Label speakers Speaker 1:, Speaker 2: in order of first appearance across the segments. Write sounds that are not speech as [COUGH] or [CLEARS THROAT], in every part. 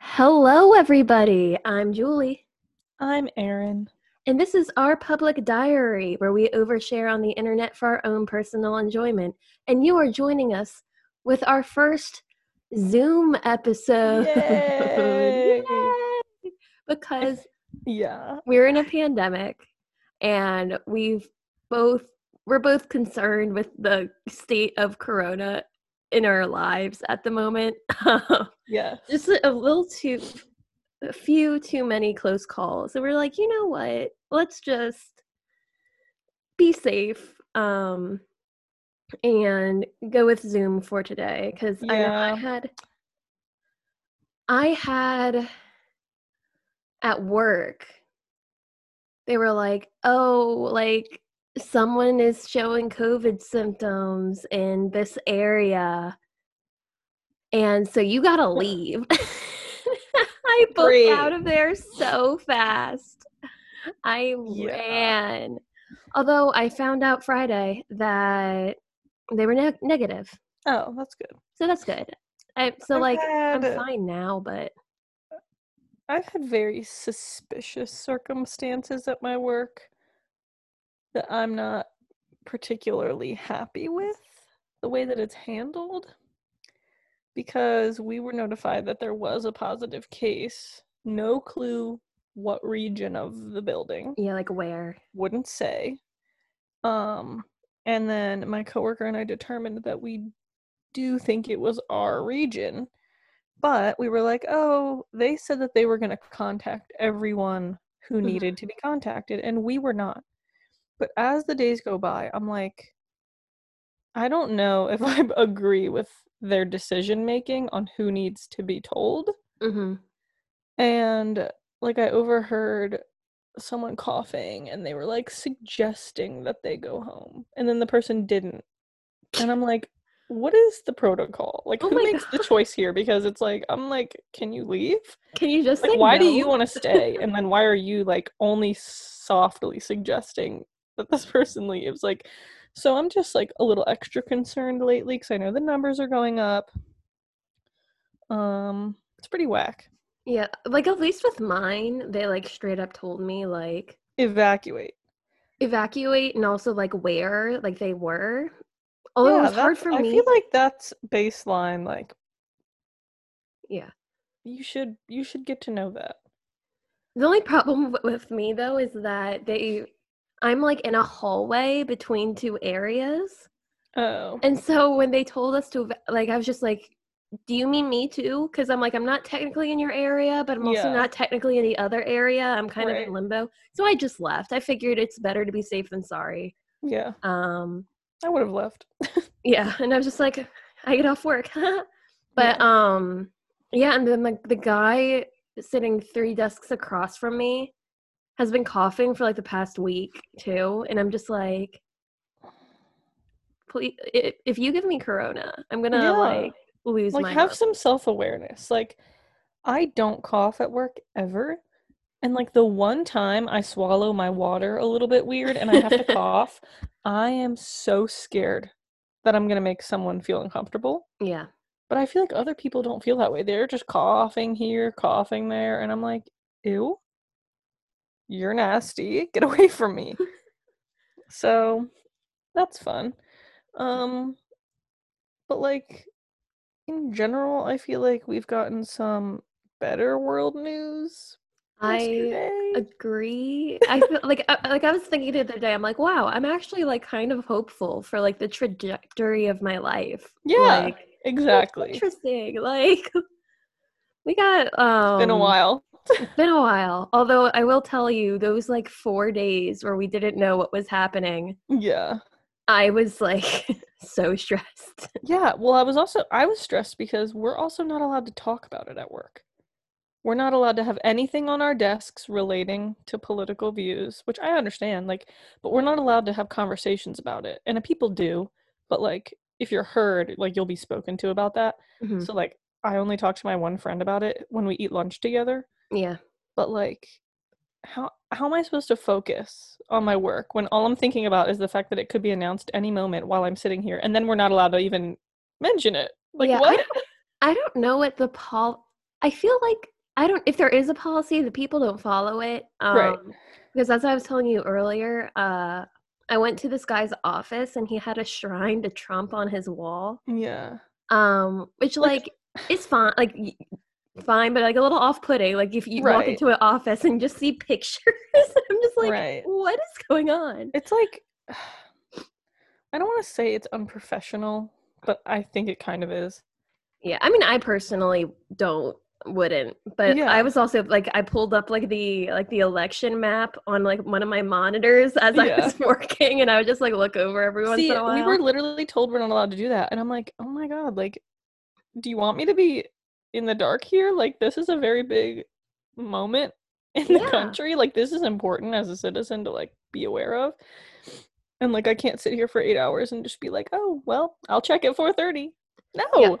Speaker 1: Hello, everybody. I'm Julie.
Speaker 2: I'm Erin.
Speaker 1: And this is our public diary where we overshare on the internet for our own personal enjoyment. And you are joining us with our first Zoom episode.
Speaker 2: Yay!
Speaker 1: [LAUGHS] Yay! Because
Speaker 2: Yeah.
Speaker 1: we're in a pandemic and we've both we're both concerned with the state of corona in our lives at the moment. [LAUGHS] Um,
Speaker 2: Yes.
Speaker 1: just a a little too a few too many close calls and we're like you know what let's just be safe um and go with zoom for today because I, know I
Speaker 2: Yeah.
Speaker 1: had i had at work they were like oh like someone is showing covid symptoms in this area and so you gotta leave. [LAUGHS] I booked
Speaker 2: Great.
Speaker 1: out of there so fast. I
Speaker 2: Yeah.
Speaker 1: ran. Although I found out Friday that they were neg negative,
Speaker 2: oh, that's good.
Speaker 1: so that's good. I, so
Speaker 2: I've
Speaker 1: like
Speaker 2: had,
Speaker 1: I'm fine now, but
Speaker 2: I've had very suspicious circumstances at my work that I'm not particularly happy with the way that it's handled because we were notified that there was a positive case, no clue what region of the building.
Speaker 1: yeah, like where?
Speaker 2: wouldn't say. Um, and then my coworker and I determined that we do think it was our region, but we were like, oh, they said that they were going to contact everyone who
Speaker 1: Mhm.
Speaker 2: needed to be contacted, and we were not. But as the days go by, I'm like, I don't know if [LAUGHS] I agree with their decision making on who needs to be told.
Speaker 1: hmm
Speaker 2: And like I overheard someone coughing and they were like suggesting that they go home. And then the person didn't. And I'm like, what is the protocol? Like
Speaker 1: Oh
Speaker 2: who
Speaker 1: my
Speaker 2: makes the
Speaker 1: God.
Speaker 2: choice here? Because it's like, I'm like, can you leave?
Speaker 1: Can you just
Speaker 2: Like
Speaker 1: say
Speaker 2: why do
Speaker 1: no?
Speaker 2: you want to stay? And then why are you like only softly suggesting that this person leaves? Like so I'm just like a little extra concerned lately because I know the numbers are going up. Um it's pretty whack.
Speaker 1: Yeah, like at least with mine, they like straight up told me like
Speaker 2: Evacuate.
Speaker 1: evacuate and also like where like they were. Although Oh, it was hard
Speaker 2: that's-
Speaker 1: for
Speaker 2: I
Speaker 1: me.
Speaker 2: feel like that's baseline. Like
Speaker 1: yeah.
Speaker 2: you should you should get to know that.
Speaker 1: The only problem w- with me though is that they, I'm like in a hallway between two areas,
Speaker 2: Oh,
Speaker 1: and so when they told us to, eva- like, I was just like, "Do you mean me too?" Because I'm like, I'm not technically in your area, but I'm also
Speaker 2: Yeah.
Speaker 1: not technically in the other area. I'm kind of
Speaker 2: Right.
Speaker 1: in limbo, so I just left. I figured it's better to be safe than sorry.
Speaker 2: yeah,
Speaker 1: Um,
Speaker 2: I would have left.
Speaker 1: yeah, and I was just like, I get off work, [LAUGHS] but um, yeah, and then like the guy sitting three desks across from me has been coughing for like the past week too, and I'm just like, please, i- if you give me corona, I'm gonna
Speaker 2: Yeah.
Speaker 1: like lose
Speaker 2: like
Speaker 1: my.
Speaker 2: have
Speaker 1: mind.
Speaker 2: some self awareness. Like I don't cough at work ever, and like the one time I swallow my water a little bit weird and I have
Speaker 1: [LAUGHS]
Speaker 2: to cough, I am so scared that I'm gonna make someone feel uncomfortable.
Speaker 1: yeah,
Speaker 2: But I feel like other people don't feel that way. They're just coughing here, coughing there, and I'm like, ew, you're nasty. Get away from me. so that's fun. Um but like in general, I feel like we've gotten some better world news.
Speaker 1: I
Speaker 2: yesterday.
Speaker 1: agree. I feel like I, like I was thinking the other day. I'm like, wow, I'm actually like kind of hopeful for like the trajectory of my life.
Speaker 2: Yeah,
Speaker 1: Like, That's
Speaker 2: exactly. It's
Speaker 1: Interesting. Like we got um
Speaker 2: been a while.
Speaker 1: Been a while. Although I will tell you, those like four days where we didn't know what was happening,
Speaker 2: Yeah.
Speaker 1: I was like [LAUGHS] so stressed.
Speaker 2: Yeah, well, I was also I was stressed because we're also not allowed to talk about it at work. We're not allowed to have anything on our desks relating to political views, which I understand, like, but we're not allowed to have conversations about it. And uh, people do, but like if you're heard, like you'll be spoken to about that.
Speaker 1: Mhm.
Speaker 2: So like I only talk to my one friend about it when we eat lunch together,
Speaker 1: Yeah.
Speaker 2: but like how how am I supposed to focus on my work when all I'm thinking about is the fact that it could be announced any moment while I'm sitting here, and then we're not allowed to even mention it. Like
Speaker 1: yeah, I
Speaker 2: [LAUGHS] what?
Speaker 1: don't, I don't know what the pol I feel like I don't. If there is a policy, the people don't follow it. Um,
Speaker 2: Right.
Speaker 1: Because as I was telling you earlier, uh, I went to this guy's office and he had a shrine to Trump on his wall,
Speaker 2: Yeah.
Speaker 1: um, which like
Speaker 2: Like-
Speaker 1: is fine, like y- fine, but like a little off-putting. Like if you walk
Speaker 2: Right.
Speaker 1: into an office and just see pictures, [LAUGHS] I'm just like,
Speaker 2: Right.
Speaker 1: what is going on?
Speaker 2: It's like [SIGHS] I don't want to say it's unprofessional, but I think it kind of is.
Speaker 1: Yeah, I mean, I personally don't wouldn't, but I
Speaker 2: Yeah.
Speaker 1: was also like, I pulled up like the like the election map on like one of my monitors as I
Speaker 2: Yeah.
Speaker 1: was [LAUGHS] working, and I would just like look over every once
Speaker 2: See,
Speaker 1: in a while.
Speaker 2: we were literally told we're not allowed to do that, and I'm like, oh my god, like, do you want me to be in the dark here? Like, this is a very big moment [LAUGHS] in the
Speaker 1: Yeah.
Speaker 2: country. Like, this is important as a citizen to like be aware of. And like, I can't sit here for eight hours and just be like, oh well, I'll check at four thirty. No,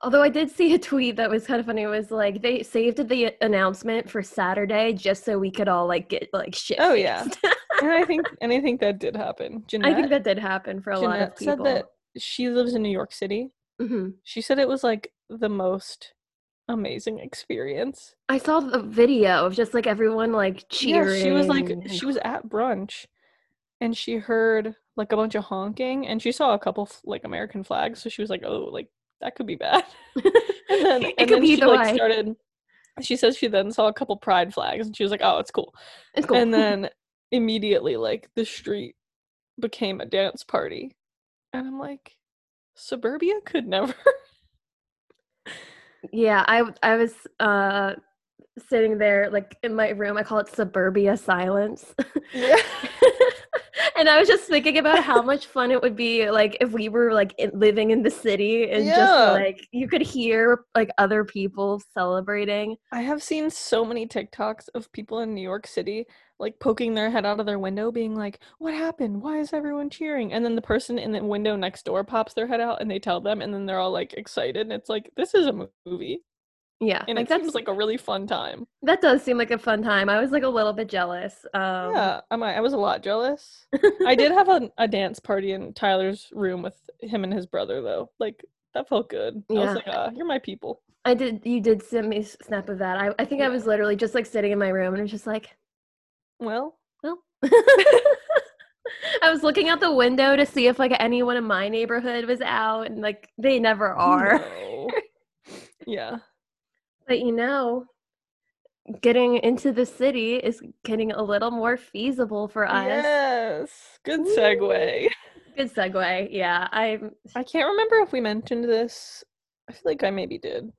Speaker 1: Although I did see a tweet that was kind of funny. It was like they saved the announcement for Saturday just so we could all like get like shit.
Speaker 2: Oh, yeah.
Speaker 1: faced.
Speaker 2: and I think and I think that did happen. Jeanette,
Speaker 1: I think that did happen for a lot of
Speaker 2: Jeanette
Speaker 1: people.
Speaker 2: said that she lives in New York City.
Speaker 1: Mhm.
Speaker 2: She said it was like the most amazing experience.
Speaker 1: I saw the video of just like everyone like cheering.
Speaker 2: Yeah, she was like
Speaker 1: and-
Speaker 2: she was at brunch and she heard like a bunch of honking and she saw a couple f- like American flags so she was like oh like that could be bad. [LAUGHS]
Speaker 1: [LAUGHS]
Speaker 2: and then,
Speaker 1: It could
Speaker 2: and then
Speaker 1: be
Speaker 2: she
Speaker 1: either
Speaker 2: like
Speaker 1: way.
Speaker 2: started she says she then saw a couple pride flags and she was like oh it's cool.
Speaker 1: It's cool.
Speaker 2: And then immediately like the street became a dance party. And I'm like suburbia could never.
Speaker 1: [LAUGHS] Yeah, I w- I was uh sitting there like in my room. I call it suburbia silence. [LAUGHS]
Speaker 2: yeah.
Speaker 1: and I was just thinking about how much fun it would be like if we were like in, living in the city and
Speaker 2: Yeah.
Speaker 1: just like you could hear like other people celebrating.
Speaker 2: I have seen so many TikToks of people in New York City like poking their head out of their window being like, "What happened? Why is everyone cheering?" And then the person in the window next door pops their head out and they tell them and then they're all like excited and it's like, "This is a mo- movie."
Speaker 1: Yeah,
Speaker 2: And
Speaker 1: Uh, like
Speaker 2: it
Speaker 1: that's
Speaker 2: seems like a really fun time.
Speaker 1: that does seem like a fun time. I was like a little bit jealous. Um,
Speaker 2: yeah, I might I was a lot jealous.
Speaker 1: [LAUGHS]
Speaker 2: I did have a, a dance party in Tyler's room with him and his brother though. Like that felt good. I
Speaker 1: Yeah.
Speaker 2: was like, "Ah, you're my people."
Speaker 1: I did. You did send me a snap of that. I I think I
Speaker 2: Yeah.
Speaker 1: was literally just like sitting in my room and was just like. [LAUGHS]
Speaker 2: Well,
Speaker 1: I was looking out the window to see if like anyone in my neighborhood was out, and like they
Speaker 2: [LAUGHS]
Speaker 1: never are.
Speaker 2: no. yeah.
Speaker 1: But you know, getting into the city is getting a little more feasible for us.
Speaker 2: Yes. Good
Speaker 1: Woo.
Speaker 2: segue.
Speaker 1: Good segue. Yeah, I'm.
Speaker 2: I can't remember if we mentioned this. I feel like I maybe did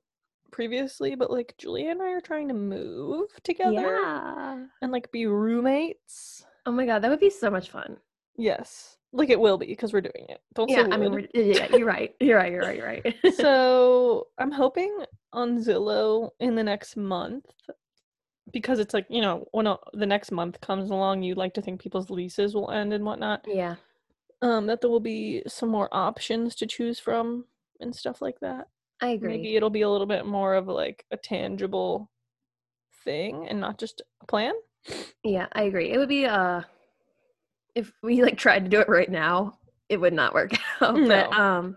Speaker 2: previously, but like Julia and I are trying to move together
Speaker 1: Yeah.
Speaker 2: and like be roommates.
Speaker 1: Oh my god, that would be so much fun.
Speaker 2: Yes. Like it will be because we're doing it. Don't
Speaker 1: Yeah,
Speaker 2: say
Speaker 1: I mean,
Speaker 2: would.
Speaker 1: we're, yeah, you're right. You're right. You're right. You're right. [LAUGHS]
Speaker 2: [LAUGHS] so I'm hoping on Zillow in the next month because it's like, you know, when uh, the next month comes along, you like to think people's leases will end and whatnot.
Speaker 1: yeah.
Speaker 2: Um, that there will be some more options to choose from and stuff like that.
Speaker 1: I agree.
Speaker 2: maybe it'll be a little bit more of like a tangible thing and not just a plan
Speaker 1: Yeah, I agree. It would be uh if we like tried to do it right now, it would not work [LAUGHS] out. But
Speaker 2: No.
Speaker 1: um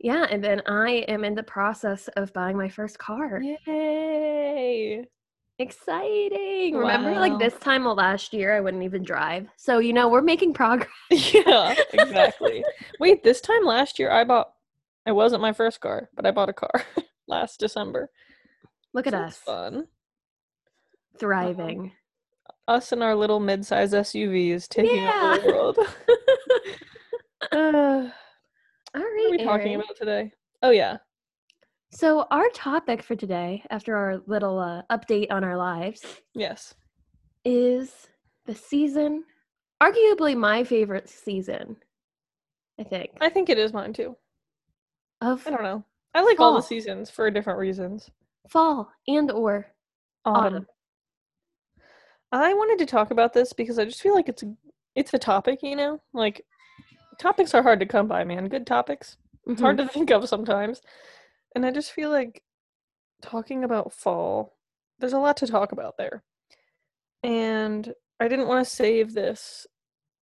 Speaker 1: yeah, and then I am in the process of buying my first car.
Speaker 2: yay [LAUGHS]
Speaker 1: Exciting. Remember like
Speaker 2: Wow.
Speaker 1: this time of last year I wouldn't even drive. So you know, we're making progress. [LAUGHS]
Speaker 2: yeah exactly wait this time last year i bought it wasn't my first car but i bought a car [LAUGHS] last december
Speaker 1: Look at
Speaker 2: So it's
Speaker 1: us
Speaker 2: fun
Speaker 1: thriving.
Speaker 2: us and our little mid-size suvs taking over the
Speaker 1: Yeah. [LAUGHS]
Speaker 2: world [LAUGHS] uh,
Speaker 1: All right.
Speaker 2: what are we talking
Speaker 1: Erin.
Speaker 2: about today oh yeah
Speaker 1: So our topic for today after our little uh, update on our lives
Speaker 2: yes
Speaker 1: is the season, arguably my favorite season, I think.
Speaker 2: i think it is mine too
Speaker 1: of
Speaker 2: i don't know i like all
Speaker 1: Fall.
Speaker 2: the seasons for different reasons Um,
Speaker 1: fall and or Autumn.
Speaker 2: I wanted to talk about this because I just feel like it's a, it's a topic, you know? Like topics are hard to come by, man. Good topics.
Speaker 1: Mm-hmm.
Speaker 2: It's hard to [LAUGHS] think of sometimes. And I just feel like talking about fall, there's a lot to talk about there. And I didn't want to save this.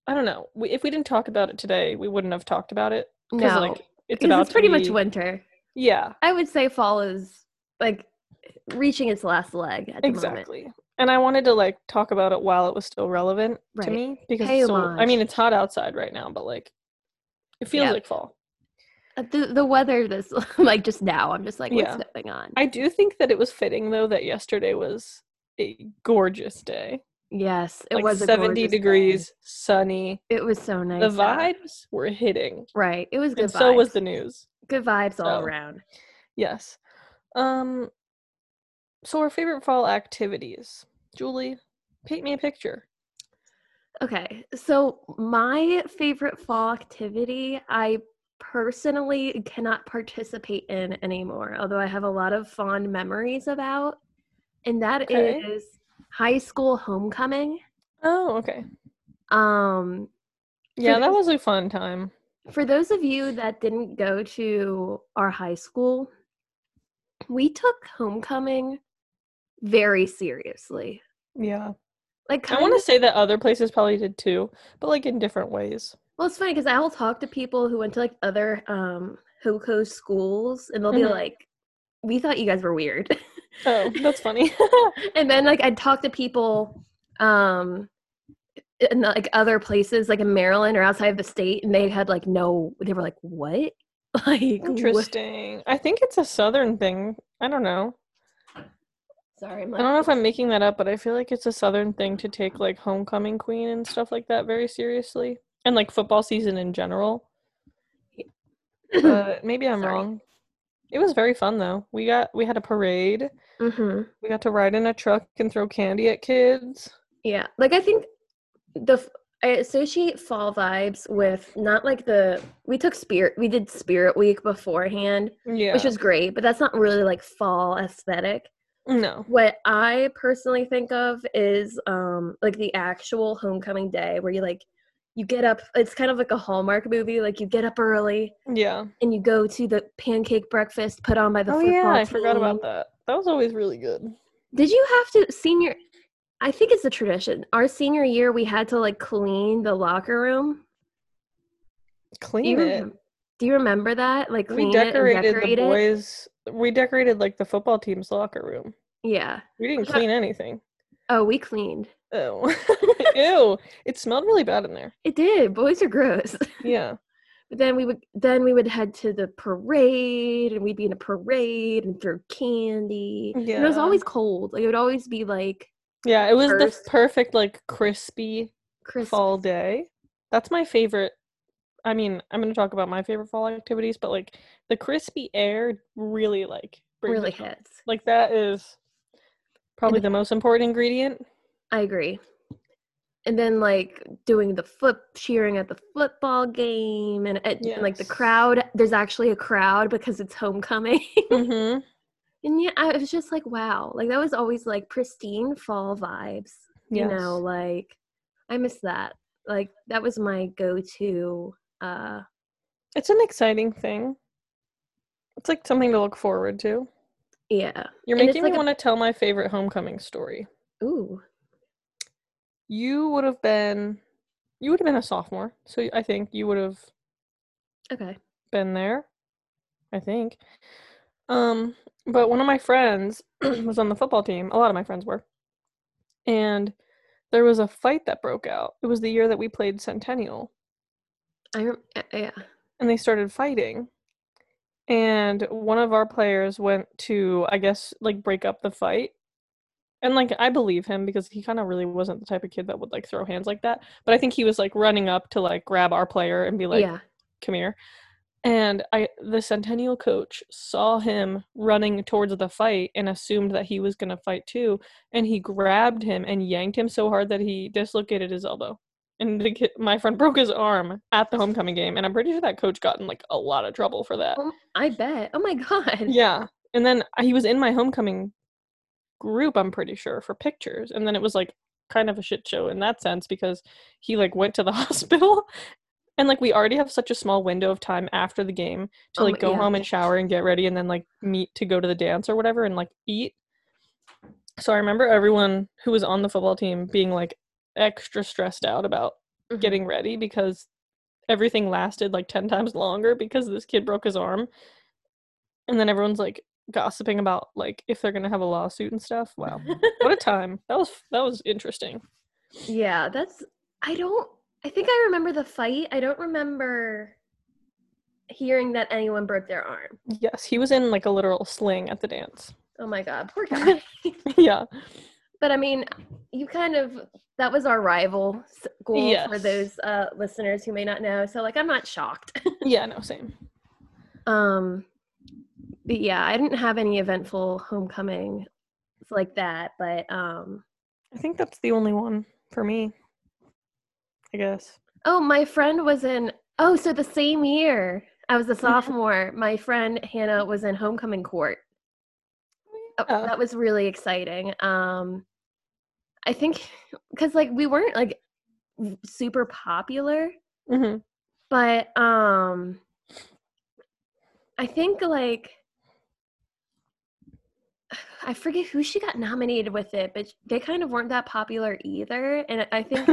Speaker 2: I don't know. We, if we didn't talk about it today, we wouldn't have talked about it.
Speaker 1: Mhm.
Speaker 2: 'cause,
Speaker 1: no
Speaker 2: like, it's
Speaker 1: because
Speaker 2: about
Speaker 1: it's pretty
Speaker 2: to
Speaker 1: much
Speaker 2: be-
Speaker 1: winter
Speaker 2: Yeah.
Speaker 1: i would say fall is like reaching its last leg at the moment.
Speaker 2: exactly. And I wanted to like talk about it while it was still relevant
Speaker 1: Right.
Speaker 2: to me because
Speaker 1: Pay
Speaker 2: it's still- I
Speaker 1: homage.
Speaker 2: mean it's hot outside right now, but like it feels
Speaker 1: Yeah.
Speaker 2: like fall.
Speaker 1: Uh, The the weather this [LAUGHS] like just now, I'm just like, what's
Speaker 2: Yeah.
Speaker 1: going on?
Speaker 2: I do think that it was fitting though that yesterday was a gorgeous day.
Speaker 1: yes, it
Speaker 2: like
Speaker 1: was a
Speaker 2: 70
Speaker 1: gorgeous day.
Speaker 2: degrees, sunny.
Speaker 1: It was so nice.
Speaker 2: the
Speaker 1: out.
Speaker 2: vibes were hitting.
Speaker 1: Right. It was good
Speaker 2: And
Speaker 1: vibes.
Speaker 2: so was the news.
Speaker 1: good vibes all
Speaker 2: so.
Speaker 1: around.
Speaker 2: Yes. Um so our favorite fall activities. Julie, paint me a picture.
Speaker 1: Okay. So my favorite fall activity, I personally cannot participate in anymore, although I have a lot of fond memories about. And that is
Speaker 2: Okay.
Speaker 1: high school homecoming.
Speaker 2: Oh, okay.
Speaker 1: Um
Speaker 2: Yeah, that
Speaker 1: those-
Speaker 2: was a fun time.
Speaker 1: For those of you that didn't go to our high school, we took homecoming very seriously.
Speaker 2: Yeah.
Speaker 1: Like,
Speaker 2: I
Speaker 1: kind
Speaker 2: want
Speaker 1: of,
Speaker 2: to say that other places probably did too, but like in different ways.
Speaker 1: well, it's funny because I will talk to people who went to like other um HOCO schools, and they'll be
Speaker 2: Mhm.
Speaker 1: like, "We thought you guys were weird," [LAUGHS]
Speaker 2: Oh, that's funny. [LAUGHS]
Speaker 1: and then like I'd talk to people, um, in like other places, like in Maryland or outside of the state, and they had like no, they were like, "What?" [LAUGHS] Like, what-
Speaker 2: Interesting. I think it's a southern thing. I don't know.
Speaker 1: sorry, my
Speaker 2: I don't know if I'm making that up, but I feel like it's a southern thing to take like homecoming queen and stuff like that very seriously, and like football season
Speaker 1: [CLEARS THROAT]
Speaker 2: in general.
Speaker 1: [LAUGHS]
Speaker 2: But maybe I'm uh,
Speaker 1: Sorry.
Speaker 2: wrong. It was very fun though. We got we had a parade.
Speaker 1: hmm
Speaker 2: We got to ride in a truck and throw candy at kids.
Speaker 1: Yeah, like I think the f- I associate fall vibes with not like the we took spirit we did Spirit Week beforehand,
Speaker 2: Yeah.
Speaker 1: which was great, but that's not really like fall aesthetic.
Speaker 2: no.
Speaker 1: What I personally think of is um like the actual homecoming day where you like you get up it's kind of like a Hallmark movie like you get up early
Speaker 2: Yeah.
Speaker 1: and you go to the pancake breakfast put on by the
Speaker 2: oh
Speaker 1: football
Speaker 2: yeah, I
Speaker 1: team.
Speaker 2: forgot about that. That was always really good.
Speaker 1: Did you have to senior? I think it's a tradition. Our senior year, we had to like clean the locker room. Do you,
Speaker 2: Clean it.
Speaker 1: rem- do you remember that? Like clean
Speaker 2: We
Speaker 1: it
Speaker 2: decorated
Speaker 1: and
Speaker 2: the
Speaker 1: decorate it.
Speaker 2: boys. We decorated like the football team's locker room.
Speaker 1: Yeah.
Speaker 2: We didn't
Speaker 1: Yeah.
Speaker 2: clean anything.
Speaker 1: Oh, we cleaned.
Speaker 2: Oh, [LAUGHS] ew! It smelled really bad in there.
Speaker 1: It did. Boys are gross.
Speaker 2: Yeah,
Speaker 1: But then we would then we would head to the parade and we'd be in a parade and throw candy. And it was
Speaker 2: Yeah.
Speaker 1: always cold. Like it would always be like
Speaker 2: yeah. It was
Speaker 1: First-
Speaker 2: the perfect like crispy
Speaker 1: crisp.
Speaker 2: fall day. That's my favorite. I mean, I'm gonna talk about my favorite fall activities, but like the crispy air really like brings
Speaker 1: really
Speaker 2: it home.
Speaker 1: hits.
Speaker 2: Like that is probably
Speaker 1: it-
Speaker 2: the most important ingredient.
Speaker 1: [LAUGHS] I agree. And then like doing the foot cheering at the football game and, at, and, like the
Speaker 2: Yes.
Speaker 1: crowd. There's actually a crowd because it's homecoming. [LAUGHS]
Speaker 2: hmm
Speaker 1: and yeah, I was just like, wow, like that was always like pristine fall vibes.
Speaker 2: Yes.
Speaker 1: You know, like I miss that. Like that was my go-to. Uh,
Speaker 2: it's an exciting thing. It's like something to look forward to.
Speaker 1: yeah.
Speaker 2: You're
Speaker 1: And it's
Speaker 2: making
Speaker 1: like
Speaker 2: me
Speaker 1: a-
Speaker 2: want to tell my favorite homecoming story.
Speaker 1: Ooh.
Speaker 2: you would have been you would have been a sophomore so i think you would have
Speaker 1: Okay.
Speaker 2: been there i think um but one of my friends [CLEARS THROAT] was on the football team a lot of my friends were and there was a fight that broke out it was the year that we played centennial
Speaker 1: I rem- uh, yeah.
Speaker 2: and they started fighting and one of our players went to i guess like break up the fight and like i believe him because he kind of really wasn't the type of kid that would like throw hands like that but i think he was like running up to like grab our player and be like
Speaker 1: yeah.
Speaker 2: come here and i the centennial coach saw him running towards the fight and assumed that he was going to fight too and he grabbed him and yanked him so hard that he dislocated his elbow and the kid, my friend broke his arm at the homecoming game and i'm pretty sure that coach got in like a lot of trouble for that
Speaker 1: Um, I bet. Oh my [LAUGHS] god.
Speaker 2: yeah and then uh, he was in my homecoming group i'm pretty sure for pictures and then it was like kind of a shit show in that sense because he like went to the [LAUGHS] hospital and like we already have such a small window of time after the game to
Speaker 1: Oh
Speaker 2: like
Speaker 1: my-
Speaker 2: go
Speaker 1: yeah.
Speaker 2: home and shower and get ready and then like meet to go to the dance or whatever and like eat so i remember everyone who was on the football team being like extra stressed out about
Speaker 1: Mhm.
Speaker 2: getting ready because everything lasted like 10 times longer because this kid broke his arm and then everyone's like gossiping about like if they're gonna have a lawsuit and stuff. [LAUGHS] Wow, what a time! That was that was interesting.
Speaker 1: Yeah, that's I don't I think I remember the fight. I don't remember hearing that anyone broke their arm.
Speaker 2: Yes, he was in like a literal sling at the dance. [LAUGHS]
Speaker 1: Oh my god, poor guy.
Speaker 2: yeah,
Speaker 1: but I mean, you kind of that was our rival school for
Speaker 2: Yes.
Speaker 1: those uh, listeners who may not know. So like, I'm not shocked.
Speaker 2: yeah, no, same.
Speaker 1: um, but yeah, I didn't have any eventful homecoming like that, but um,
Speaker 2: I think that's the only one for me. I guess.
Speaker 1: Oh, my friend was in. Oh, so the same year I was a sophomore. My friend Hannah was in homecoming court. Oh,
Speaker 2: Yeah.
Speaker 1: That was really exciting. Um, I think because like we weren't like w- super popular,
Speaker 2: Mhm.
Speaker 1: but um, I think like [SIGHS] I forget who she got nominated with it, but they kind of weren't that popular either. And I
Speaker 2: [LAUGHS]
Speaker 1: think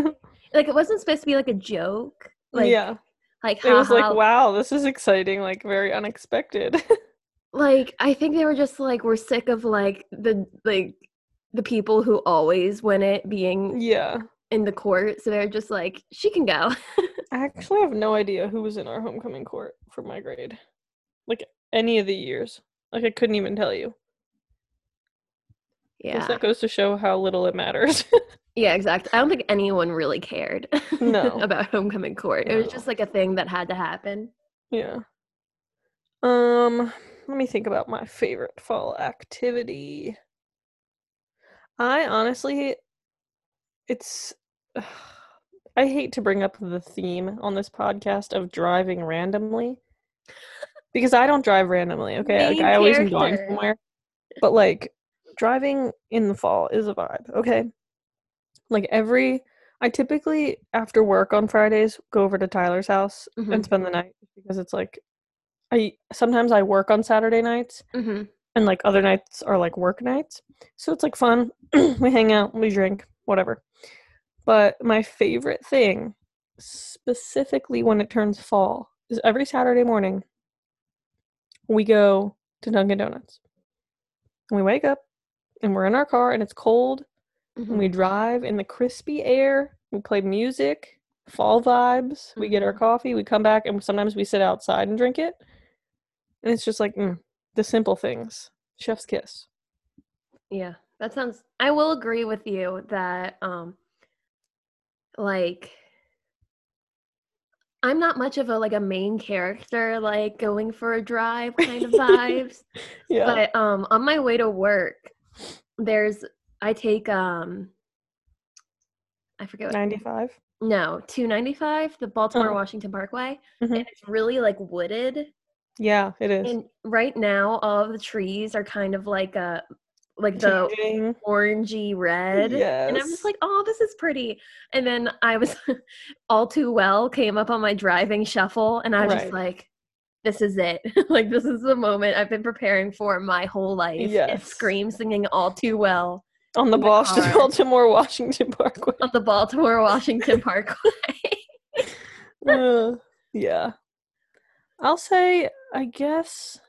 Speaker 1: like it wasn't supposed to be like a joke. Like
Speaker 2: yeah,
Speaker 1: like
Speaker 2: it was like
Speaker 1: haha,
Speaker 2: wow, this is exciting, like very unexpected. [LAUGHS]
Speaker 1: like i think they were just like we're sick of like the like the people who always win it being
Speaker 2: yeah,
Speaker 1: in the court so they're just like she can go [LAUGHS]
Speaker 2: I actually have no idea who was in our homecoming court for my grade, like any of the years. Like I couldn't even tell you. I guess
Speaker 1: yeah
Speaker 2: That goes to show how little it matters.
Speaker 1: yeah exactly i don't think anyone really cared [LAUGHS]
Speaker 2: No.
Speaker 1: about homecoming court it was
Speaker 2: No.
Speaker 1: just like a thing that had to happen
Speaker 2: Yeah. Um, let me think about my favorite fall activity. I honestly it's [SIGHS] I hate to bring up the theme on this podcast of driving randomly because I don't drive randomly, okay? Like
Speaker 1: Main
Speaker 2: I always am going
Speaker 1: character.
Speaker 2: somewhere. But like driving in the fall is a vibe, okay? Like every I typically after work on Fridays go over to Tyler's house
Speaker 1: Mhm.
Speaker 2: and spend the night because it's like I sometimes I work on Saturday nights
Speaker 1: Mhm.
Speaker 2: and like other nights are like work nights. So it's like fun. [CLEARS THROAT] we hang out, we drink, whatever. But my favorite thing specifically when it turns fall is every Saturday morning we go to Dunkin' Donuts. And we wake up and we're in our car and it's cold and we
Speaker 1: Mhm.
Speaker 2: drive in the crispy air. We play music, fall vibes. We get our
Speaker 1: Mm-hmm.
Speaker 2: coffee. We come back, and sometimes we sit outside and drink it. And it's just like mm, the simple things. Chef's kiss.
Speaker 1: yeah that sounds i will agree with you that um like i'm not much of a like a main character like going for a drive
Speaker 2: [LAUGHS]
Speaker 1: kind of vibes
Speaker 2: Yeah.
Speaker 1: But um, on my way to work, there's I take um, I forget what
Speaker 2: Ninety-five.
Speaker 1: no two ninety five the Baltimore
Speaker 2: Oh.
Speaker 1: Washington Parkway,
Speaker 2: Mhm.
Speaker 1: and it's really like wooded.
Speaker 2: Yeah, it is.
Speaker 1: And right now, all of the trees are kind of like a like the
Speaker 2: Changing.
Speaker 1: orangey red.
Speaker 2: Yes.
Speaker 1: And I'm just like, oh, this is pretty. And then I was [LAUGHS] all too well came up on my driving shuffle, and I was just
Speaker 2: Right.
Speaker 1: like, this is it. [LAUGHS] like, this is the moment I've been preparing for my whole life. And
Speaker 2: Yes.
Speaker 1: scream singing all too well
Speaker 2: on the
Speaker 1: in the
Speaker 2: Boston
Speaker 1: car.
Speaker 2: Baltimore [LAUGHS] Washington Parkway.
Speaker 1: on the Baltimore
Speaker 2: [LAUGHS]
Speaker 1: Washington Parkway.
Speaker 2: Uh, yeah. I'll say, I guess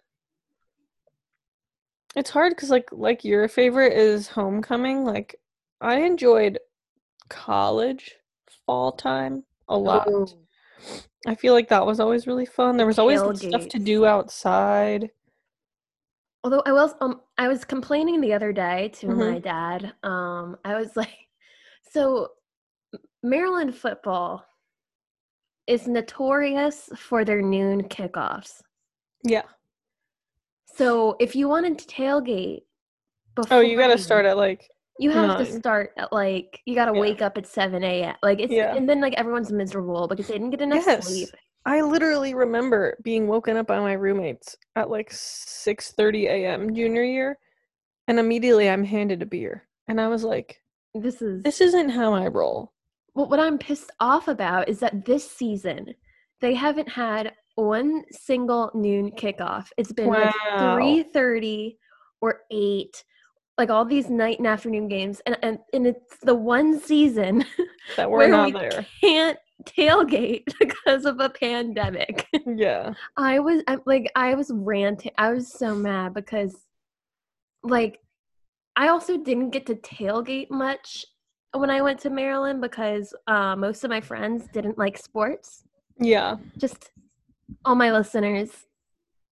Speaker 2: it's hard because, like, like your favorite is homecoming. Like, I enjoyed college fall time
Speaker 1: [LAUGHS]
Speaker 2: a lot.
Speaker 1: Oh.
Speaker 2: I feel like that was always really fun. There was always like, stuff to
Speaker 1: tailgates.
Speaker 2: do outside.
Speaker 1: Although I was um I was complaining the other day to
Speaker 2: Mhm.
Speaker 1: my dad. Um I was [LAUGHS] like so Maryland football is notorious for their noon kickoffs.
Speaker 2: Yeah.
Speaker 1: So if you wanted to tailgate before
Speaker 2: Oh, you got to start at like
Speaker 1: you have to
Speaker 2: nine.
Speaker 1: start at like you gotta
Speaker 2: Yeah.
Speaker 1: wake up at seven AM. Like it's
Speaker 2: Yeah.
Speaker 1: and then like everyone's miserable because they didn't get enough
Speaker 2: Yes.
Speaker 1: sleep.
Speaker 2: I literally remember being woken up by my roommates at like 6:30 a.m. junior year, and immediately I'm handed a beer, and I was like,
Speaker 1: This is
Speaker 2: "This isn't how I roll."
Speaker 1: Well, what I'm pissed off about is that this season they haven't had one single noon kickoff. It's been like
Speaker 2: Wow.
Speaker 1: three thirty or eight, like all these night and afternoon games, and and, and it's the one season [LAUGHS]
Speaker 2: That we're
Speaker 1: where
Speaker 2: not
Speaker 1: we
Speaker 2: there.
Speaker 1: can't tailgate [LAUGHS] because of a pandemic. [LAUGHS]
Speaker 2: Yeah,
Speaker 1: I was I'm, like I was ranting. I was so mad because like I also didn't get to tailgate much when I went to Maryland because uh, most of my friends didn't like sports.
Speaker 2: Yeah.
Speaker 1: Just all my listeners,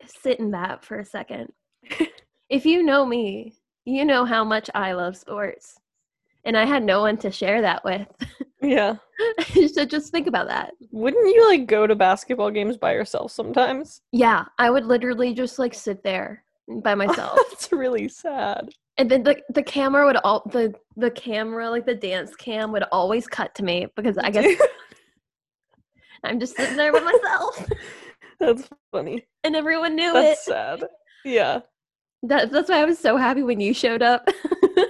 Speaker 1: sit in that for a second. [LAUGHS] if you know me, you know how much I love sports. And I had no one to share that with. [LAUGHS]
Speaker 2: Yeah.
Speaker 1: so just think about that.
Speaker 2: Wouldn't you like go to basketball games by yourself sometimes? [LAUGHS]
Speaker 1: Yeah, I would literally just like sit there by
Speaker 2: [LAUGHS]
Speaker 1: myself.
Speaker 2: That's really sad.
Speaker 1: and then the, the camera would all the the camera like the dance cam would always cut to me because I
Speaker 2: [LAUGHS]
Speaker 1: guess I'm just sitting there by myself [LAUGHS]
Speaker 2: That's funny.
Speaker 1: and everyone knew
Speaker 2: That's
Speaker 1: it.
Speaker 2: sad.
Speaker 1: [LAUGHS]
Speaker 2: Yeah.
Speaker 1: That, that's why I was so happy when you showed up. [LAUGHS]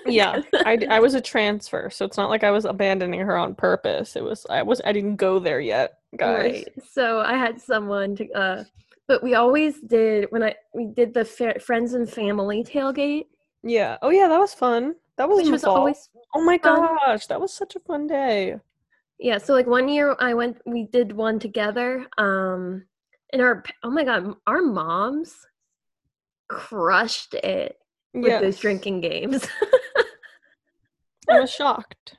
Speaker 2: Yeah. I, d- I was a transfer, so it's not like I was abandoning her on purpose. It was I was I didn't go there yet, guys.
Speaker 1: Right. So I had someone to, uh, but we always did when I we did the fa- friends and family tailgate,
Speaker 2: Yeah. Oh yeah, that was fun. That was,
Speaker 1: which
Speaker 2: in the
Speaker 1: was
Speaker 2: fall.
Speaker 1: always
Speaker 2: Oh my
Speaker 1: fun.
Speaker 2: gosh, that was such a fun day.
Speaker 1: yeah. So like one year I went, we did one together, um, and our p- oh my god, our moms crushed it with
Speaker 2: Yeah.
Speaker 1: those drinking games. [LAUGHS]
Speaker 2: I was shocked.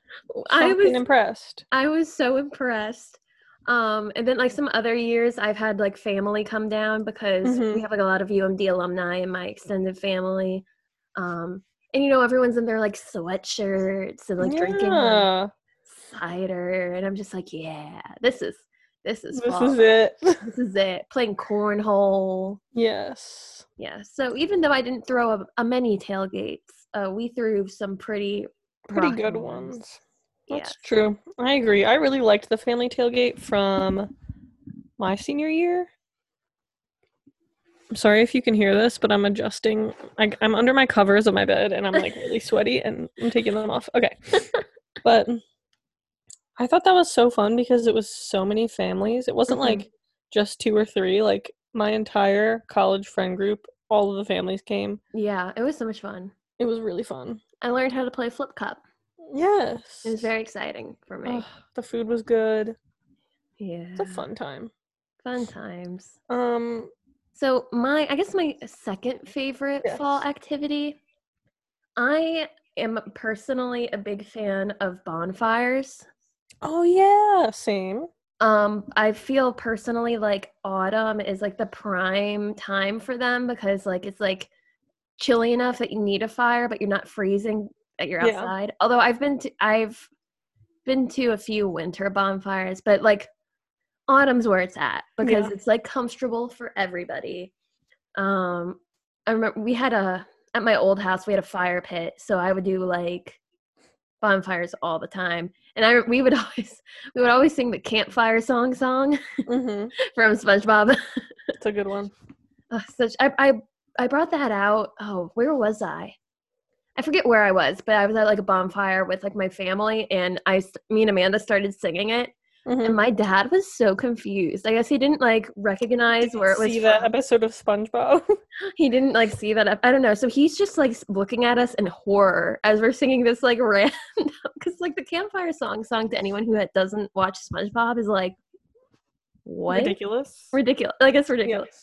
Speaker 1: I
Speaker 2: Shocked
Speaker 1: was
Speaker 2: and impressed.
Speaker 1: I was so impressed. Um, and then like some other years, I've had like family come down because
Speaker 2: Mhm.
Speaker 1: we have like a lot of UMD alumni in my extended family. Um, and you know, everyone's in their like sweatshirts and like drinking like,
Speaker 2: Yeah.
Speaker 1: cider, and I'm just like, yeah, this is this is
Speaker 2: This
Speaker 1: fall.
Speaker 2: is it. [LAUGHS]
Speaker 1: This is it. Playing cornhole.
Speaker 2: Yes.
Speaker 1: Yeah. So even though I didn't throw a, a many tailgates, uh, we threw some pretty
Speaker 2: Pretty
Speaker 1: rocking
Speaker 2: good ones.
Speaker 1: Yeah.
Speaker 2: That's true. I agree. I really liked the family tailgate from my senior year. I'm sorry if you can hear this, but I'm adjusting. I, I'm under my covers of my bed and I'm like really sweaty and I'm taking them off. Okay. But I thought that was so fun because it was so many families. It wasn't
Speaker 1: Mhm.
Speaker 2: like just two or three. Like my entire college friend group, all of the families came.
Speaker 1: Yeah. It was so much fun.
Speaker 2: It was really fun.
Speaker 1: I learned how to play flip cup.
Speaker 2: Yes.
Speaker 1: It was very exciting for me.
Speaker 2: Ugh, the food was good.
Speaker 1: yeah.
Speaker 2: It's a fun time.
Speaker 1: Fun times.
Speaker 2: Um,
Speaker 1: So my I guess my second favorite fall
Speaker 2: Yes.
Speaker 1: activity. I am personally a big fan of bonfires.
Speaker 2: oh yeah, same.
Speaker 1: Um I feel personally like autumn is like the prime time for them because like it's like chilly enough that you need a fire but you're not freezing that you're
Speaker 2: Yeah.
Speaker 1: outside. Although I've been to I've been to a few winter bonfires, but like autumn's where it's at because
Speaker 2: Yeah.
Speaker 1: it's like comfortable for everybody. Um I remember we had a at my old house we had a fire pit, so I would do like bonfires all the time. And I we would [LAUGHS] always we would always sing the campfire song song [LAUGHS]
Speaker 2: hmm
Speaker 1: from SpongeBob. [LAUGHS]
Speaker 2: It's a good one.
Speaker 1: Ugh, such I, I I brought that out. Oh, where was I? I forget where I was, but I was at like a bonfire with like my family, and I s- me and Amanda started singing it,
Speaker 2: Mhm.
Speaker 1: and my dad was so confused. I guess he didn't like recognize where it was.
Speaker 2: See that
Speaker 1: from.
Speaker 2: episode of SpongeBob? [LAUGHS]
Speaker 1: He didn't like see that. Up. I don't know. So he's just like s- looking at us in horror as we're singing this like [LAUGHS] random because like the campfire song song to anyone who ha- doesn't watch SpongeBob is like what
Speaker 2: Ridiculous.
Speaker 1: ridiculous. Like it's ridiculous.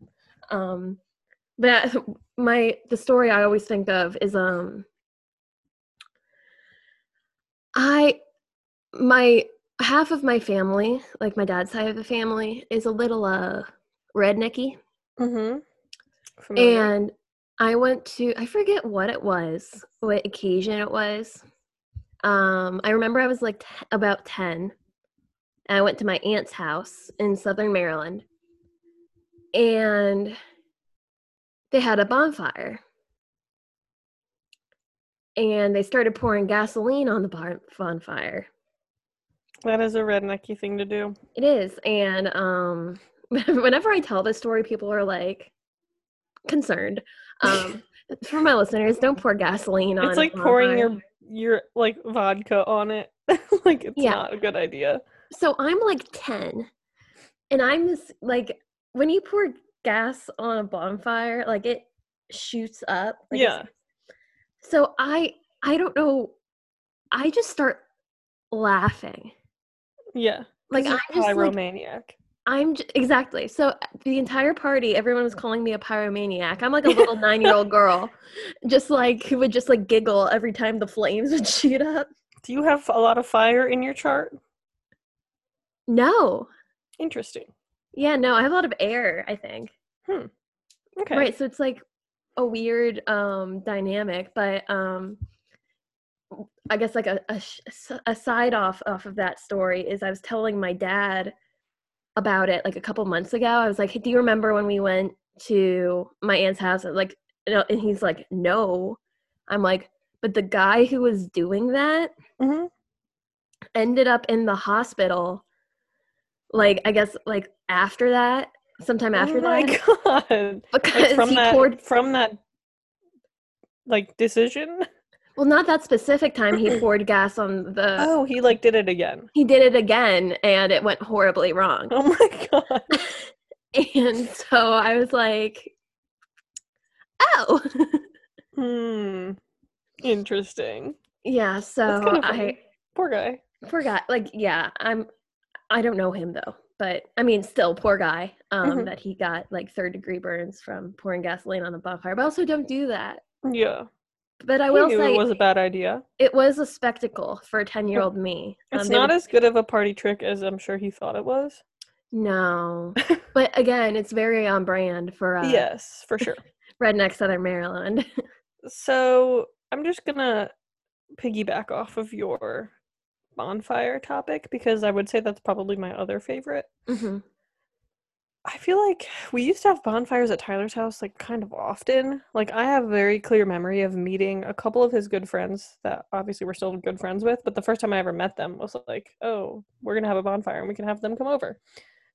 Speaker 2: Ridiculous.
Speaker 1: um but my the story i always think of is um i my half of my family like my dad's side of the family is a little uh rednecky
Speaker 2: Mhm. Familiar.
Speaker 1: and i went to i forget what it was what occasion it was um i remember i was like t- about 10 and i went to my aunt's house in southern maryland and they had a bonfire and they started pouring gasoline on the bon- bonfire
Speaker 2: that is a rednecky thing to do.
Speaker 1: it is and um [LAUGHS] whenever i tell this story people are like concerned
Speaker 2: [LAUGHS]
Speaker 1: um for my listeners don't pour gasoline on
Speaker 2: It's
Speaker 1: a
Speaker 2: like pouring
Speaker 1: bonfire.
Speaker 2: your your like vodka on it. [LAUGHS] like it's
Speaker 1: Yeah.
Speaker 2: not a good idea.
Speaker 1: so i'm like 10 and i'm this like when you pour gas on a bonfire like it shoots up like, it's-
Speaker 2: yeah.
Speaker 1: so i i don't know i just start laughing
Speaker 2: Yeah.
Speaker 1: like i'm
Speaker 2: He's a
Speaker 1: just like
Speaker 2: pyromaniac.
Speaker 1: I'm j- exactly. So uh, the entire party, everyone was calling me a pyromaniac. I'm like a little nine year old girl, just like who would just like giggle every time the flames [LAUGHS] would shoot up.
Speaker 2: Do you have a lot of fire in your chart?
Speaker 1: No,
Speaker 2: Interesting.
Speaker 1: yeah, no, I have a lot of air. I think
Speaker 2: Okay.
Speaker 1: right. So it's like a weird um dynamic, but um, I guess like a a, sh- a side off off of that story is I was telling my dad about it like a couple months ago. I was like, hey, "Do you remember when we went to my aunt's house?" And like, you know, and he's like, "No." I'm like, "But the guy who was doing that
Speaker 2: hmm
Speaker 1: ended up in the hospital." Like, I guess like after that, sometime after
Speaker 2: oh my
Speaker 1: that,
Speaker 2: [LAUGHS] god.
Speaker 1: [LAUGHS]
Speaker 2: Like
Speaker 1: because
Speaker 2: from
Speaker 1: he
Speaker 2: that
Speaker 1: poured
Speaker 2: from that like decision.
Speaker 1: well, not that specific time
Speaker 2: [CLEARS THROAT]
Speaker 1: he poured gas on the.
Speaker 2: oh, he like did it again. [LAUGHS]
Speaker 1: He did it again, and it went horribly wrong.
Speaker 2: Oh my god.
Speaker 1: [LAUGHS] And so I was like, "Oh, [LAUGHS]
Speaker 2: Hmm. Interesting.
Speaker 1: yeah." So
Speaker 2: That's kind of
Speaker 1: I
Speaker 2: funny. Poor guy.
Speaker 1: forgot. Like, yeah, I'm. I don't know him though, but I mean, still, poor guy. Um,
Speaker 2: Mhm.
Speaker 1: that he got like third degree burns from pouring gasoline on a bonfire. But also, don't do that.
Speaker 2: Yeah.
Speaker 1: But I
Speaker 2: He
Speaker 1: will
Speaker 2: knew
Speaker 1: say
Speaker 2: it was a bad idea.
Speaker 1: it was a spectacle for ten year old me.
Speaker 2: It's
Speaker 1: Um, they
Speaker 2: not
Speaker 1: were-
Speaker 2: as good of a party trick as I'm sure he thought it was. [LAUGHS]
Speaker 1: no, but again, it's very on brand for uh,
Speaker 2: yes,
Speaker 1: [LAUGHS]
Speaker 2: for sure.
Speaker 1: redneck Southern Maryland.
Speaker 2: So I'm just gonna piggyback off of your bonfire topic because I would say that's probably my other favorite. Mm-hmm.
Speaker 1: Mhm.
Speaker 2: I feel like we used to have bonfires at Tyler's house like kind of often. Like I have very clear memory of meeting a couple of his good friends that obviously we're still good friends with, but the first time I ever met them was like, "Oh, we're going to have a bonfire and we can have them come over."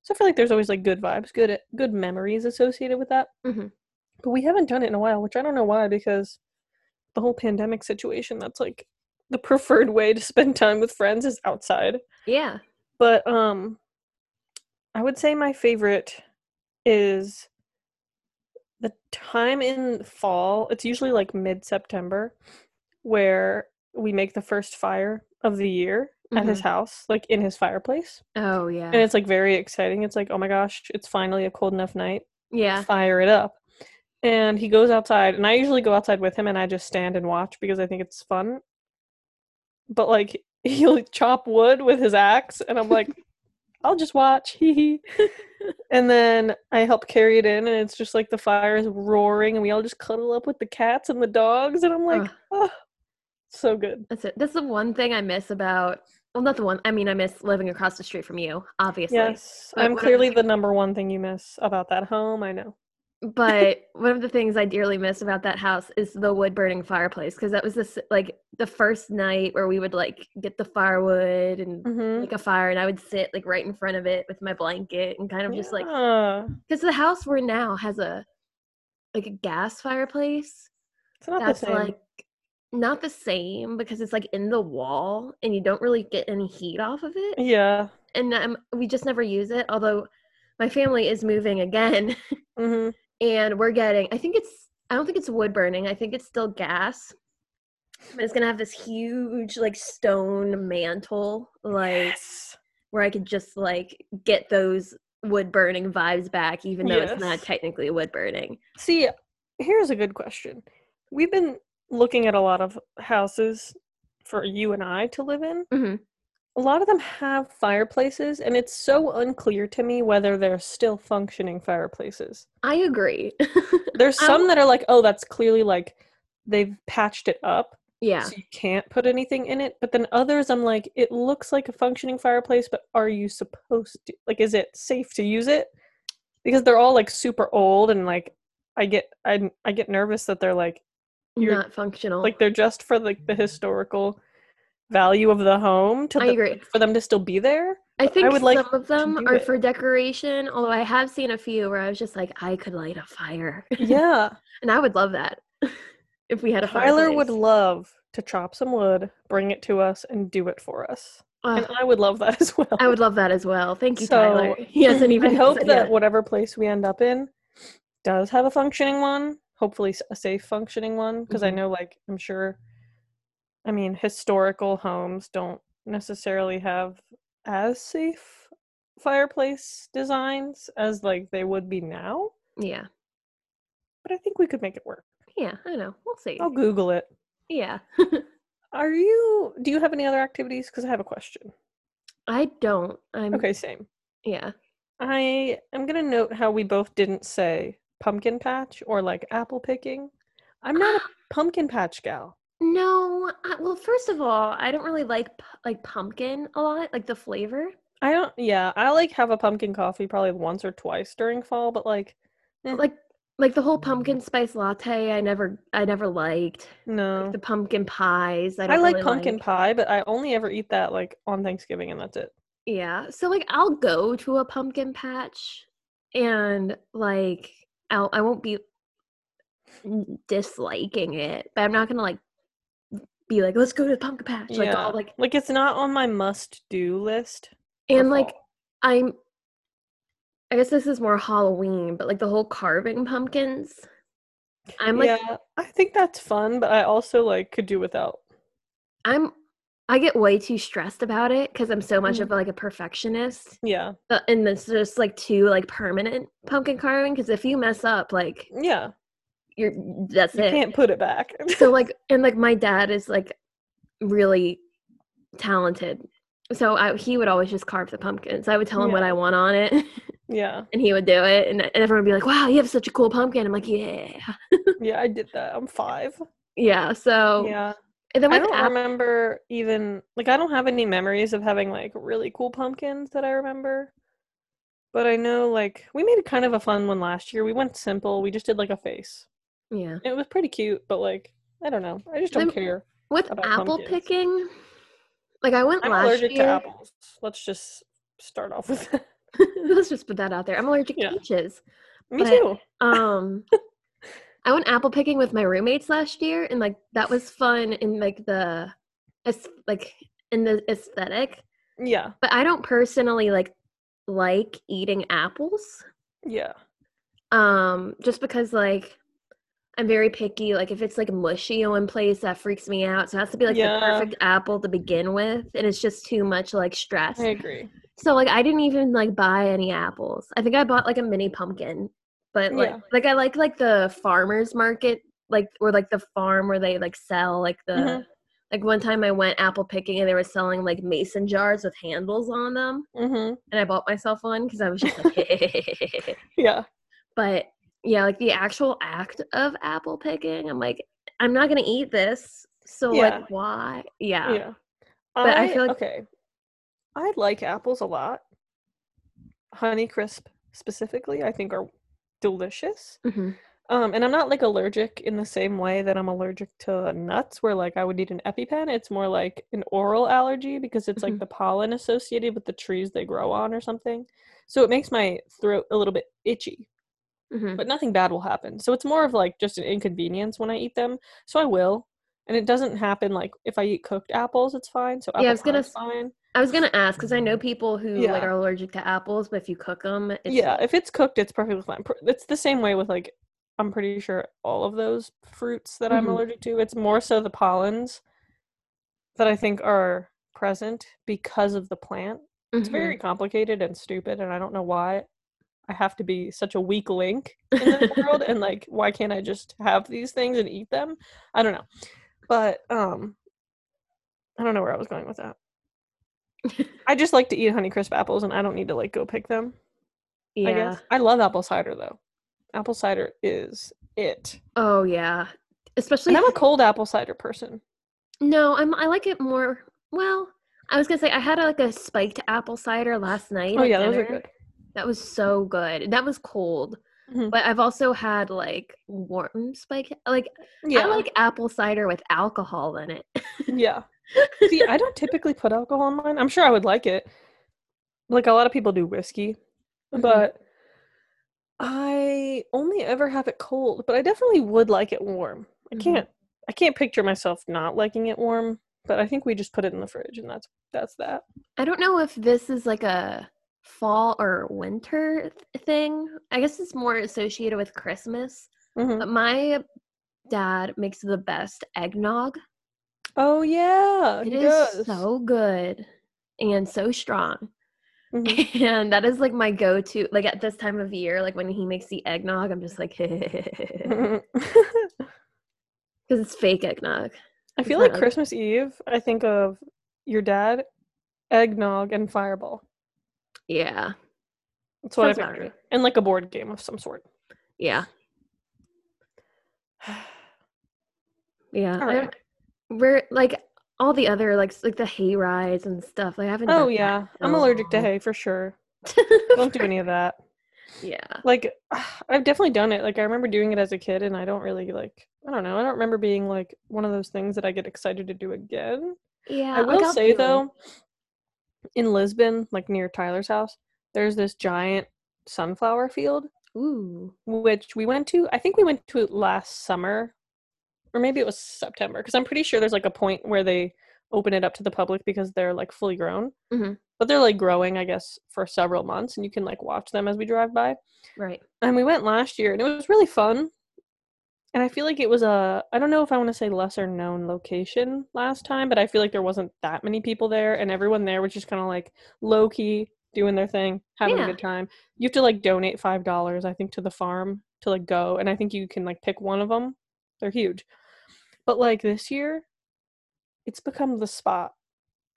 Speaker 2: So I feel like there's always like good vibes, good good memories associated with that.
Speaker 1: Mhm.
Speaker 2: But we haven't done it in a while, which I don't know why because the whole pandemic situation, that's like the preferred way to spend time with friends is outside
Speaker 1: [LAUGHS] Yeah.
Speaker 2: but um i would say my favorite is the time in fall it's usually like mid-september where we make the first fire of the year at his house like in his fireplace
Speaker 1: Oh yeah.
Speaker 2: and it's like very exciting it's like oh my gosh it's finally a cold enough night
Speaker 1: yeah.
Speaker 2: fire it up. And he goes outside, and I usually go outside with him, and I just stand and watch because I think it's fun. But like [LAUGHS] he'll chop wood with his axe, and
Speaker 1: [LAUGHS]
Speaker 2: I'm like, I'll just watch, [LAUGHS] hee hee. and then I help carry it in, and it's just like the fire is roaring, and we all just cuddle up with the cats and the dogs, and I'm like,
Speaker 1: Ugh.
Speaker 2: oh, so good.
Speaker 1: That's it. That's the one thing I miss about well not the one I mean I miss living across the street from you, obviously.
Speaker 2: Yes, [LAUGHS]
Speaker 1: But
Speaker 2: I'm
Speaker 1: what are the
Speaker 2: clearly the number one thing you miss about that home. I know.
Speaker 1: But one of the things I dearly miss about that house is the wood burning fireplace because that was this like the first night where we would like get the firewood and
Speaker 2: Mm-hmm.
Speaker 1: make a fire and I would sit like right in front of it with my blanket and kind of just like because the house we're now has a like a gas fireplace
Speaker 2: it's not the
Speaker 1: that's
Speaker 2: same.
Speaker 1: like not the same because it's like in the wall and you don't really get any heat off of it
Speaker 2: yeah.
Speaker 1: and um, we just never use it although my family is moving again [LAUGHS]
Speaker 2: hmm
Speaker 1: and we're getting i think it's i don't think it's wood burning i think it's still gas but it's gonna have this huge like stone mantle like
Speaker 2: Yes.
Speaker 1: where i could just like get those wood burning vibes back even though it's not
Speaker 2: Yes.
Speaker 1: technically wood burning
Speaker 2: See, here's a good question. We've been looking at a lot of houses for you and I to live in.
Speaker 1: Mhm.
Speaker 2: A lot of them have fireplaces, and it's so unclear to me whether they're still functioning fireplaces.
Speaker 1: i agree [LAUGHS]
Speaker 2: There's
Speaker 1: Um,
Speaker 2: some that are like, oh, that's clearly like they've patched it up,
Speaker 1: yeah
Speaker 2: so you can't put anything in it. But then others, I'm like, it looks like a functioning fireplace, but are you supposed to? Like, is it safe to use it? Because they're all like super old, and like, I get I I get nervous that they're like you're-
Speaker 1: not functional
Speaker 2: like they're just for like the historical value of the home to
Speaker 1: I
Speaker 2: the-
Speaker 1: agree.
Speaker 2: for them to still
Speaker 1: [LAUGHS]
Speaker 2: be there.
Speaker 1: I think
Speaker 2: would like
Speaker 1: some of them
Speaker 2: do
Speaker 1: are
Speaker 2: it.
Speaker 1: for decoration, although I have seen a few where I was just like, I could light a fire. [LAUGHS]
Speaker 2: Yeah,
Speaker 1: and I would love that [LAUGHS] if we had a
Speaker 2: Tyler would
Speaker 1: fireplace.
Speaker 2: love to chop some wood, bring it to us, and do it for us, and
Speaker 1: Ugh,
Speaker 2: I would love that [LAUGHS] as well.
Speaker 1: I would love that as well. Thank you,
Speaker 2: So,
Speaker 1: Tyler. [LAUGHS] He hasn't even
Speaker 2: [LAUGHS] I hope
Speaker 1: said
Speaker 2: that
Speaker 1: yet.
Speaker 2: whatever place we end up in does have a functioning one. Hopefully, s- a safe functioning one, because
Speaker 1: Mhm.
Speaker 2: I know, like, I'm sure. I mean, historical homes don't necessarily have as safe fireplace designs as like they would be now,
Speaker 1: Yeah.
Speaker 2: but I think we could make it work.
Speaker 1: Yeah, I know. We'll see.
Speaker 2: I'll Google it.
Speaker 1: Yeah.
Speaker 2: Are you? Do you have any other activities? Because I have a question.
Speaker 1: I don't. I'm
Speaker 2: Okay, same.
Speaker 1: yeah.
Speaker 2: I am gonna note how we both didn't say pumpkin patch or like apple picking. I'm not a pumpkin patch gal.
Speaker 1: [GASPS] No, I, well, first of all, I don't really like pu- like pumpkin a lot, like the flavor.
Speaker 2: I don't. Yeah, I like have a pumpkin coffee probably once or twice during fall, but like Mm.
Speaker 1: Like like the whole pumpkin spice latte, I never I never liked.
Speaker 2: no.
Speaker 1: The pumpkin pies, I,
Speaker 2: Uh-huh. I,
Speaker 1: don't
Speaker 2: like
Speaker 1: really
Speaker 2: pumpkin
Speaker 1: like.
Speaker 2: pie, but I only ever eat that like on Thanksgiving, and that's it.
Speaker 1: Yeah. So like I'll go to a pumpkin patch and like I'll I won't be n- disliking it, but I'm not gonna like be like, let's go to the pumpkin patch. Like
Speaker 2: yeah,
Speaker 1: I'll like
Speaker 2: like it's not on my must do list. for
Speaker 1: and like
Speaker 2: fall.
Speaker 1: I'm I guess this is more Halloween, but like the whole carving pumpkins. I'm like
Speaker 2: yeah, I think that's fun, but I also like could do without.
Speaker 1: I'm I get way too stressed about it because I'm so much
Speaker 2: Mhm.
Speaker 1: of like a perfectionist.
Speaker 2: Yeah,
Speaker 1: Uh, and it's just like too like permanent pumpkin carving because if you mess up, like
Speaker 2: yeah,
Speaker 1: you're that's
Speaker 2: you
Speaker 1: it.
Speaker 2: can't put it back.
Speaker 1: so like and like my dad is like really talented so I, he would always just carve the pumpkins i would tell him what
Speaker 2: Yeah.
Speaker 1: i want on it [LAUGHS] and
Speaker 2: [LAUGHS] yeah,
Speaker 1: he would do it and, and everyone would be like wow you have such a cool pumpkin i'm like yeah
Speaker 2: yeah, I did that. I'm five.
Speaker 1: yeah so
Speaker 2: yeah,
Speaker 1: and then
Speaker 2: I
Speaker 1: with
Speaker 2: don't
Speaker 1: app-
Speaker 2: remember even like I don't have any memories of having like really cool pumpkins that I remember. But I know like we made kind of a fun one last year. We went simple. We just did like a face.
Speaker 1: yeah
Speaker 2: It was pretty cute, but like I don't know. I just
Speaker 1: I'm
Speaker 2: don't care.
Speaker 1: with
Speaker 2: About
Speaker 1: apple
Speaker 2: pumpkins.
Speaker 1: picking like i went
Speaker 2: I'm
Speaker 1: last
Speaker 2: allergic
Speaker 1: year
Speaker 2: to apples. Let's just start
Speaker 1: [LAUGHS]
Speaker 2: off with that.
Speaker 1: let's just put that out there i'm allergic
Speaker 2: Yeah.
Speaker 1: to peaches
Speaker 2: Me
Speaker 1: But-
Speaker 2: too.
Speaker 1: Um, I went apple picking with my roommates last year, and like that was fun in like the, it's like in the aesthetic.
Speaker 2: Yeah.
Speaker 1: But I don't personally like like eating apples.
Speaker 2: Yeah.
Speaker 1: Um, just because like I'm very picky. Like if it's like mushy in one place, that freaks me out. So it has to be like
Speaker 2: Yeah.
Speaker 1: the perfect apple to begin with, and it's just too much like stress.
Speaker 2: I agree.
Speaker 1: So like I didn't even like buy any apples. I think I bought like a mini pumpkin, but like
Speaker 2: Yeah.
Speaker 1: like I like like the farmers market like or like the farm where they like sell like the
Speaker 2: Mhm.
Speaker 1: like one time I went apple picking and they were selling like mason jars with handles on them
Speaker 2: Mhm.
Speaker 1: and I bought myself one cuz I was just like [LAUGHS]
Speaker 2: Yeah.
Speaker 1: but yeah, like the actual act of apple picking, I'm like I'm not going to eat this. So
Speaker 2: Yeah.
Speaker 1: like why? Yeah.
Speaker 2: Yeah.
Speaker 1: But I
Speaker 2: I,
Speaker 1: feel like-
Speaker 2: okay. I like apples a lot. Honey crisp specifically, I think are delicious.
Speaker 1: Mhm.
Speaker 2: Um, and I'm not like allergic in the same way that I'm allergic to nuts, where like I would need an EpiPen. It's more like an oral allergy because it's like
Speaker 1: Mhm.
Speaker 2: the pollen associated with the trees they grow on or something. So it makes my throat a little bit itchy,
Speaker 1: Mhm.
Speaker 2: but nothing bad will happen. So it's more of like just an inconvenience when I eat them. So I will. And it doesn't happen like if I eat cooked apples, it's fine. So apple
Speaker 1: Yeah, I was gonna
Speaker 2: pie's
Speaker 1: s-
Speaker 2: fine.
Speaker 1: I was gonna ask because I know people who like
Speaker 2: Mm-hmm. Yeah.
Speaker 1: are allergic to apples, but if you cook them, it's
Speaker 2: yeah, if it's cooked, it's perfectly fine. Pr- It's the same way with like I'm pretty sure all of those fruits that I'm
Speaker 1: Mhm.
Speaker 2: allergic to. It's more so the pollens that I think are present because of the plant. It's
Speaker 1: Mhm.
Speaker 2: very complicated and stupid, and I don't know why I have to be such a weak link in the world.
Speaker 1: [LAUGHS]
Speaker 2: And like, why can't I just have these things and eat them? I don't know, but um, I don't know where I was going with that. I just like to eat Honeycrisp apples, and I don't need to like go pick them.
Speaker 1: yeah.
Speaker 2: I guess. I love apple cider though. Apple cider is it.
Speaker 1: Oh yeah, especially [LAUGHS]
Speaker 2: And I'm a cold apple cider person.
Speaker 1: no, I'm I like it more. Well, I was gonna say I had like a spiked apple cider last night.
Speaker 2: Oh
Speaker 1: at
Speaker 2: yeah, those are
Speaker 1: dinner.
Speaker 2: good.
Speaker 1: That was so good. That was cold,
Speaker 2: Mhm.
Speaker 1: but I've also had like warm spiked like
Speaker 2: Yeah,
Speaker 1: I like apple cider with alcohol in it. [LAUGHS]
Speaker 2: yeah. See, I don't typically put alcohol in mine. I'm sure I would like it. Like a lot of people do whiskey,
Speaker 1: Mhm.
Speaker 2: but I only ever have it cold. But I definitely would like it warm. I
Speaker 1: Mhm.
Speaker 2: can't. I can't picture myself not liking it warm. But I think we just put it in the fridge, and that's that's that.
Speaker 1: I don't know if this is like a fall or winter th- thing. I guess it's more associated with Christmas.
Speaker 2: Mhm.
Speaker 1: But my dad makes the best eggnog.
Speaker 2: Oh yeah,
Speaker 1: It
Speaker 2: he
Speaker 1: is
Speaker 2: does.
Speaker 1: so good and so strong. [LAUGHS]
Speaker 2: [LAUGHS] Mhm.
Speaker 1: and that is like my go-to like at this time of year like when he makes the eggnog i'm just like [LAUGHS]
Speaker 2: Mm-hmm.
Speaker 1: because it's fake eggnog
Speaker 2: I
Speaker 1: It's
Speaker 2: feel
Speaker 1: not
Speaker 2: like
Speaker 1: like-
Speaker 2: Christmas Eve, I think of your dad, eggnog, and fireball.
Speaker 1: yeah
Speaker 2: That's what
Speaker 1: Sounds
Speaker 2: I
Speaker 1: about
Speaker 2: picture.
Speaker 1: right.
Speaker 2: And like a board game of some sort.
Speaker 1: yeah
Speaker 2: [SIGHS]
Speaker 1: yeah
Speaker 2: All
Speaker 1: I
Speaker 2: right.
Speaker 1: don't- we're like all the other like s- like the hay rides and stuff like i haven't
Speaker 2: Oh
Speaker 1: done that
Speaker 2: yeah.
Speaker 1: in
Speaker 2: I'm
Speaker 1: so
Speaker 2: allergic to
Speaker 1: long.
Speaker 2: hay for sure. Don't do
Speaker 1: [LAUGHS]
Speaker 2: any of that.
Speaker 1: yeah
Speaker 2: Like [SIGHS] I've definitely done it. Like I remember doing it as a kid and I don't really like I don't know. I don't remember being like one of those things that I get excited to do again.
Speaker 1: yeah
Speaker 2: I
Speaker 1: like,
Speaker 2: will
Speaker 1: I'll
Speaker 2: say
Speaker 1: do it.
Speaker 2: though, in Lisbon, like near Tyler's house, there's this giant sunflower field
Speaker 1: ooh
Speaker 2: which we went to i think we went to it last summer or maybe it was september because i'm pretty sure there's like a point where they open it up to the public because they're like fully grown
Speaker 1: Mhm.
Speaker 2: but they're like growing i guess for several months and you can like watch them as we drive by
Speaker 1: right
Speaker 2: and we went last year and it was really fun and i feel like it was a i don't know if i want to say lesser known location last time but i feel like there wasn't that many people there and everyone there was just kind of like low key doing their thing having
Speaker 1: Yeah.
Speaker 2: a good time you have to like donate five dollars i think to the farm to like go and i think you can like pick one of them they're huge but like this year it's become the spot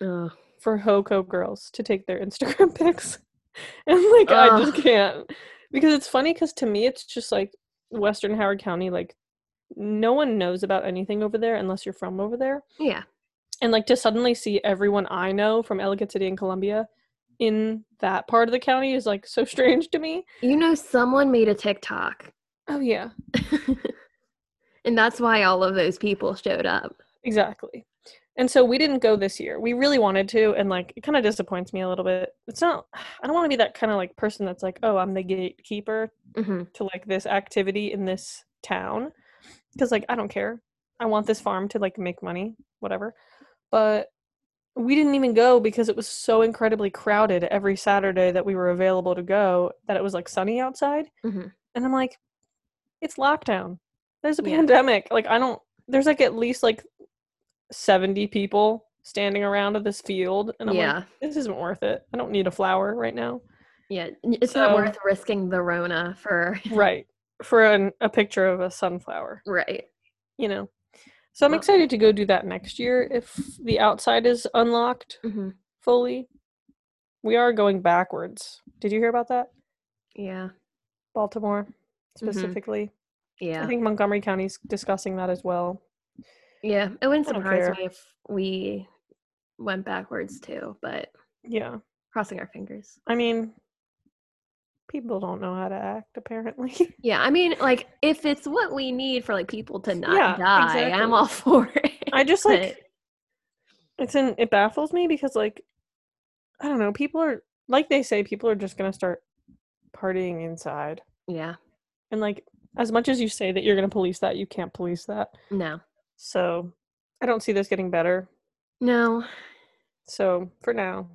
Speaker 1: Ugh.
Speaker 2: for Hoco girls to take their Instagram [LAUGHS] pics. And like I just
Speaker 1: Ugh.
Speaker 2: can't. Because it's funny because to me it's just like Western Howard County, like no one knows about anything over there unless you're from over there.
Speaker 1: yeah
Speaker 2: And like to suddenly see everyone I know from Ellicott City and Columbia in that part of the county is like so [LAUGHS] strange to me.
Speaker 1: you know someone made a tiktok
Speaker 2: Oh yeah.
Speaker 1: [LAUGHS] and that's why all of those people showed up
Speaker 2: Exactly. And so we didn't go this year. We really wanted to, and like it kind of disappoints me a little bit. It's not I don't want to be that kind of like person that's like, oh, I'm the gatekeeper
Speaker 1: hmm
Speaker 2: to like this activity in this town because like i don't care i want this farm to like make money whatever but we didn't even go because it was so incredibly crowded every saturday that we were available to go that it was like sunny outside
Speaker 1: Mhm.
Speaker 2: and i'm like it's lockdown there's a
Speaker 1: Yeah.
Speaker 2: pandemic like i don't there's like at least like 70 people standing around this field and i'm
Speaker 1: yeah
Speaker 2: like this isn't worth it i don't need a flower
Speaker 1: [LAUGHS]
Speaker 2: right now
Speaker 1: yeah n- it's not
Speaker 2: So-
Speaker 1: worth risking the rona for [LAUGHS]
Speaker 2: right for an, a picture of a sunflower
Speaker 1: right
Speaker 2: you know. So I'm
Speaker 1: Well-
Speaker 2: excited to go do that next year if the outside is unlocked
Speaker 1: hmm
Speaker 2: fully. We are going backwards. Did you hear about that?
Speaker 1: yeah
Speaker 2: Baltimore specifically.
Speaker 1: Mm-hmm. yeah
Speaker 2: I think Montgomery County's discussing that as well.
Speaker 1: Yeah, it wouldn't
Speaker 2: I don't
Speaker 1: surprise
Speaker 2: care.
Speaker 1: me if we went backwards too, but
Speaker 2: Yeah.
Speaker 1: crossing our fingers.
Speaker 2: I mean, people don't know how to act apparently. [LAUGHS]
Speaker 1: Yeah, I mean, like if it's what we need for like people to not
Speaker 2: Yeah,
Speaker 1: die, I'm
Speaker 2: exactly.
Speaker 1: all [LAUGHS] for it.
Speaker 2: I just
Speaker 1: But-
Speaker 2: like it's in it baffles me because like I don't know, people are like they say people are just going to start partying inside.
Speaker 1: yeah,
Speaker 2: And like as much as you say that you're going to police that, you can't police that.
Speaker 1: no,
Speaker 2: So I don't see this getting better.
Speaker 1: no,
Speaker 2: So for now,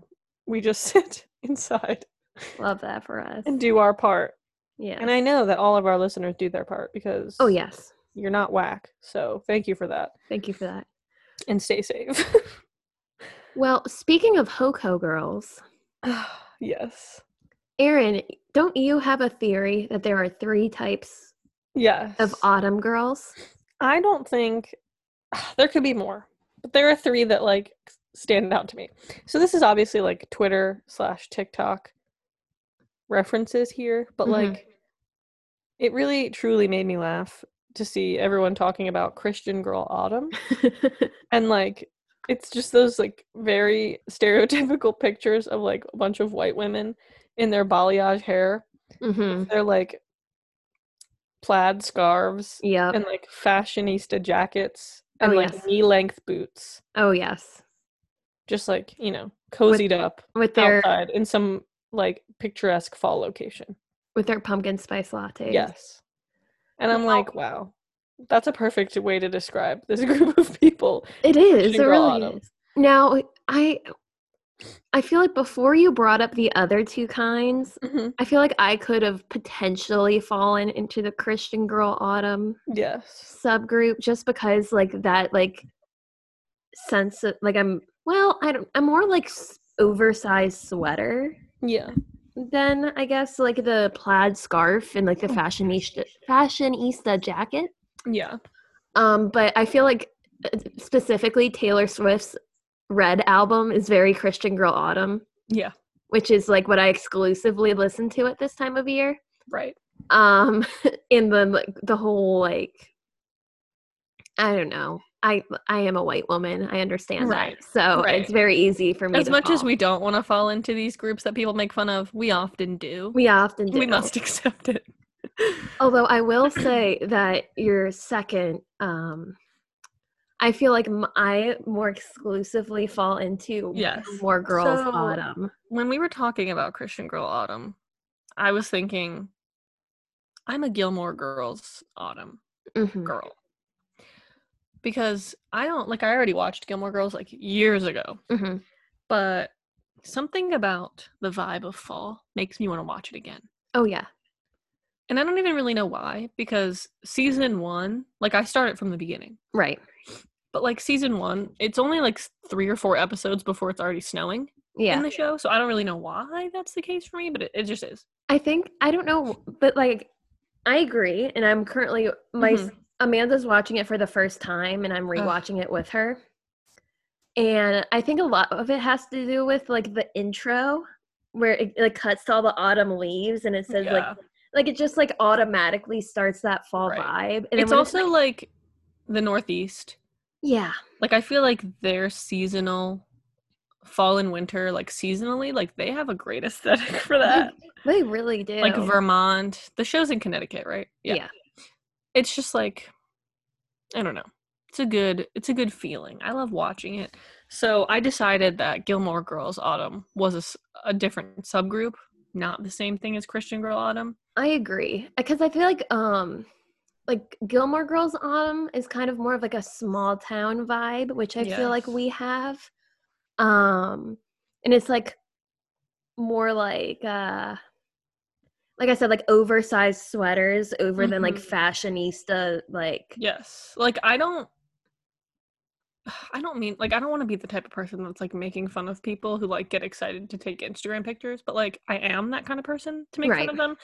Speaker 2: we just [LAUGHS] sit inside
Speaker 1: love that for us.
Speaker 2: and do our part.
Speaker 1: Yeah.
Speaker 2: And I know that all of our listeners do their part because
Speaker 1: oh yes,
Speaker 2: you're not whack. So thank you for that.
Speaker 1: thank you for that.
Speaker 2: And stay safe. [LAUGHS]
Speaker 1: [SIGHS] Well, speaking of Hoko girls,
Speaker 2: yes.
Speaker 1: Erin, don't you have a theory that there are three types
Speaker 2: Yes. [LAUGHS]
Speaker 1: of autumn girls?
Speaker 2: I don't think [SIGHS] there could be more, but there are three that like stand out to me. So this is obviously like Twitter slash TikTok references here, but
Speaker 1: Mhm.
Speaker 2: like it really truly made me laugh to see everyone talking about Christian Girl Autumn and like it's just those like very stereotypical [LAUGHS] pictures of like a bunch of white women in their balayage hair,
Speaker 1: hmm
Speaker 2: their like plaid scarves
Speaker 1: Yep.
Speaker 2: and like fashionista jackets and
Speaker 1: Oh,
Speaker 2: like
Speaker 1: yes.
Speaker 2: knee length boots,
Speaker 1: oh yes.
Speaker 2: just like you know, cozied up
Speaker 1: With their
Speaker 2: outside in some like picturesque fall location.
Speaker 1: with their pumpkin spice lattes.
Speaker 2: Yes, and I'm
Speaker 1: Wow.
Speaker 2: like, wow, that's a perfect way to describe this [LAUGHS] group of people.
Speaker 1: It is. It
Speaker 2: Ginger
Speaker 1: really
Speaker 2: autumn.
Speaker 1: is. Now, I I feel like before you brought up the other two kinds, I feel like I could have potentially fallen into the Christian girl autumn
Speaker 2: Yes,
Speaker 1: subgroup just because like that like sense of like I'm well, I don't I'm more like s- oversized sweater
Speaker 2: Yeah.
Speaker 1: Then I guess like the plaid scarf and like the fashionista fashionista jacket.
Speaker 2: Yeah.
Speaker 1: Um, but I feel like uh, specifically Taylor Swift's Red album is very Christian Girl Autumn,
Speaker 2: Yeah.
Speaker 1: which is like what I exclusively listen to at this time of year.
Speaker 2: Right.
Speaker 1: Um, [LAUGHS] and then like the whole like, I don't know. I I am a white woman. I understand
Speaker 2: Right,
Speaker 1: that, so
Speaker 2: right.
Speaker 1: it's very easy for me.
Speaker 2: As
Speaker 1: to
Speaker 2: much as
Speaker 1: fall.
Speaker 2: we don't want to fall into these groups that people make fun of, we often do.
Speaker 1: we often do.
Speaker 2: We must [LAUGHS] accept it.
Speaker 1: Although I
Speaker 2: [CLEARS THROAT]
Speaker 1: will say that your second, um, I feel like m- I more exclusively fall into
Speaker 2: Yes.
Speaker 1: more girls
Speaker 2: So-
Speaker 1: autumn.
Speaker 2: when we were talking about Christian Girl Autumn, I was thinking, I'm a Gilmore Girls Autumn
Speaker 1: Mhm.
Speaker 2: girl. Because I don't like, I already watched Gilmore Girls like years ago,
Speaker 1: Mhm.
Speaker 2: but something about the vibe of fall makes me want to watch it again.
Speaker 1: Oh yeah.
Speaker 2: And I don't even really know why, because season one, like I started from the beginning,
Speaker 1: Right.
Speaker 2: but like season one, it's only like s- three or four episodes before it's already snowing in
Speaker 1: Yeah.
Speaker 2: the show. So I don't really know why that's the case for me, but it, it just is.
Speaker 1: I think I don't know, but like I agree, and I'm currently my
Speaker 2: Mm-hmm.
Speaker 1: s- Amanda's watching it for the first time, and I'm rewatching it with her. And I think a lot of it has to do with like the intro, where it like cuts to all the autumn leaves, and it says like
Speaker 2: Yeah.
Speaker 1: like it just like automatically starts that fall
Speaker 2: Right.
Speaker 1: vibe and then
Speaker 2: it's
Speaker 1: when
Speaker 2: also like the Northeast.
Speaker 1: yeah
Speaker 2: Like I feel like their seasonal fall and winter, like seasonally, like they have a great [LAUGHS] aesthetic for that.
Speaker 1: they really do
Speaker 2: Like Vermont, the show's in Connecticut, right?
Speaker 1: Yeah.
Speaker 2: It's just like I don't know. It's a good it's a good feeling. I love watching it. So I decided that Gilmore Girls Autumn was a, s- a different subgroup, not the same thing as Christian Girl Autumn.
Speaker 1: i agree because i feel like um like gilmore girls autumn is kind of more of like a small town vibe which i feel like
Speaker 2: Yes.
Speaker 1: we have um and it's like more like uh like i said like oversized sweaters over than like
Speaker 2: Mhm.
Speaker 1: fashionista like
Speaker 2: Yes. Like I don't [SIGHS] I don't mean like I don't want to be the type of person that's like making fun of people who like get excited to take Instagram pictures, but like I am that kind of person to make
Speaker 1: Right.
Speaker 2: fun of them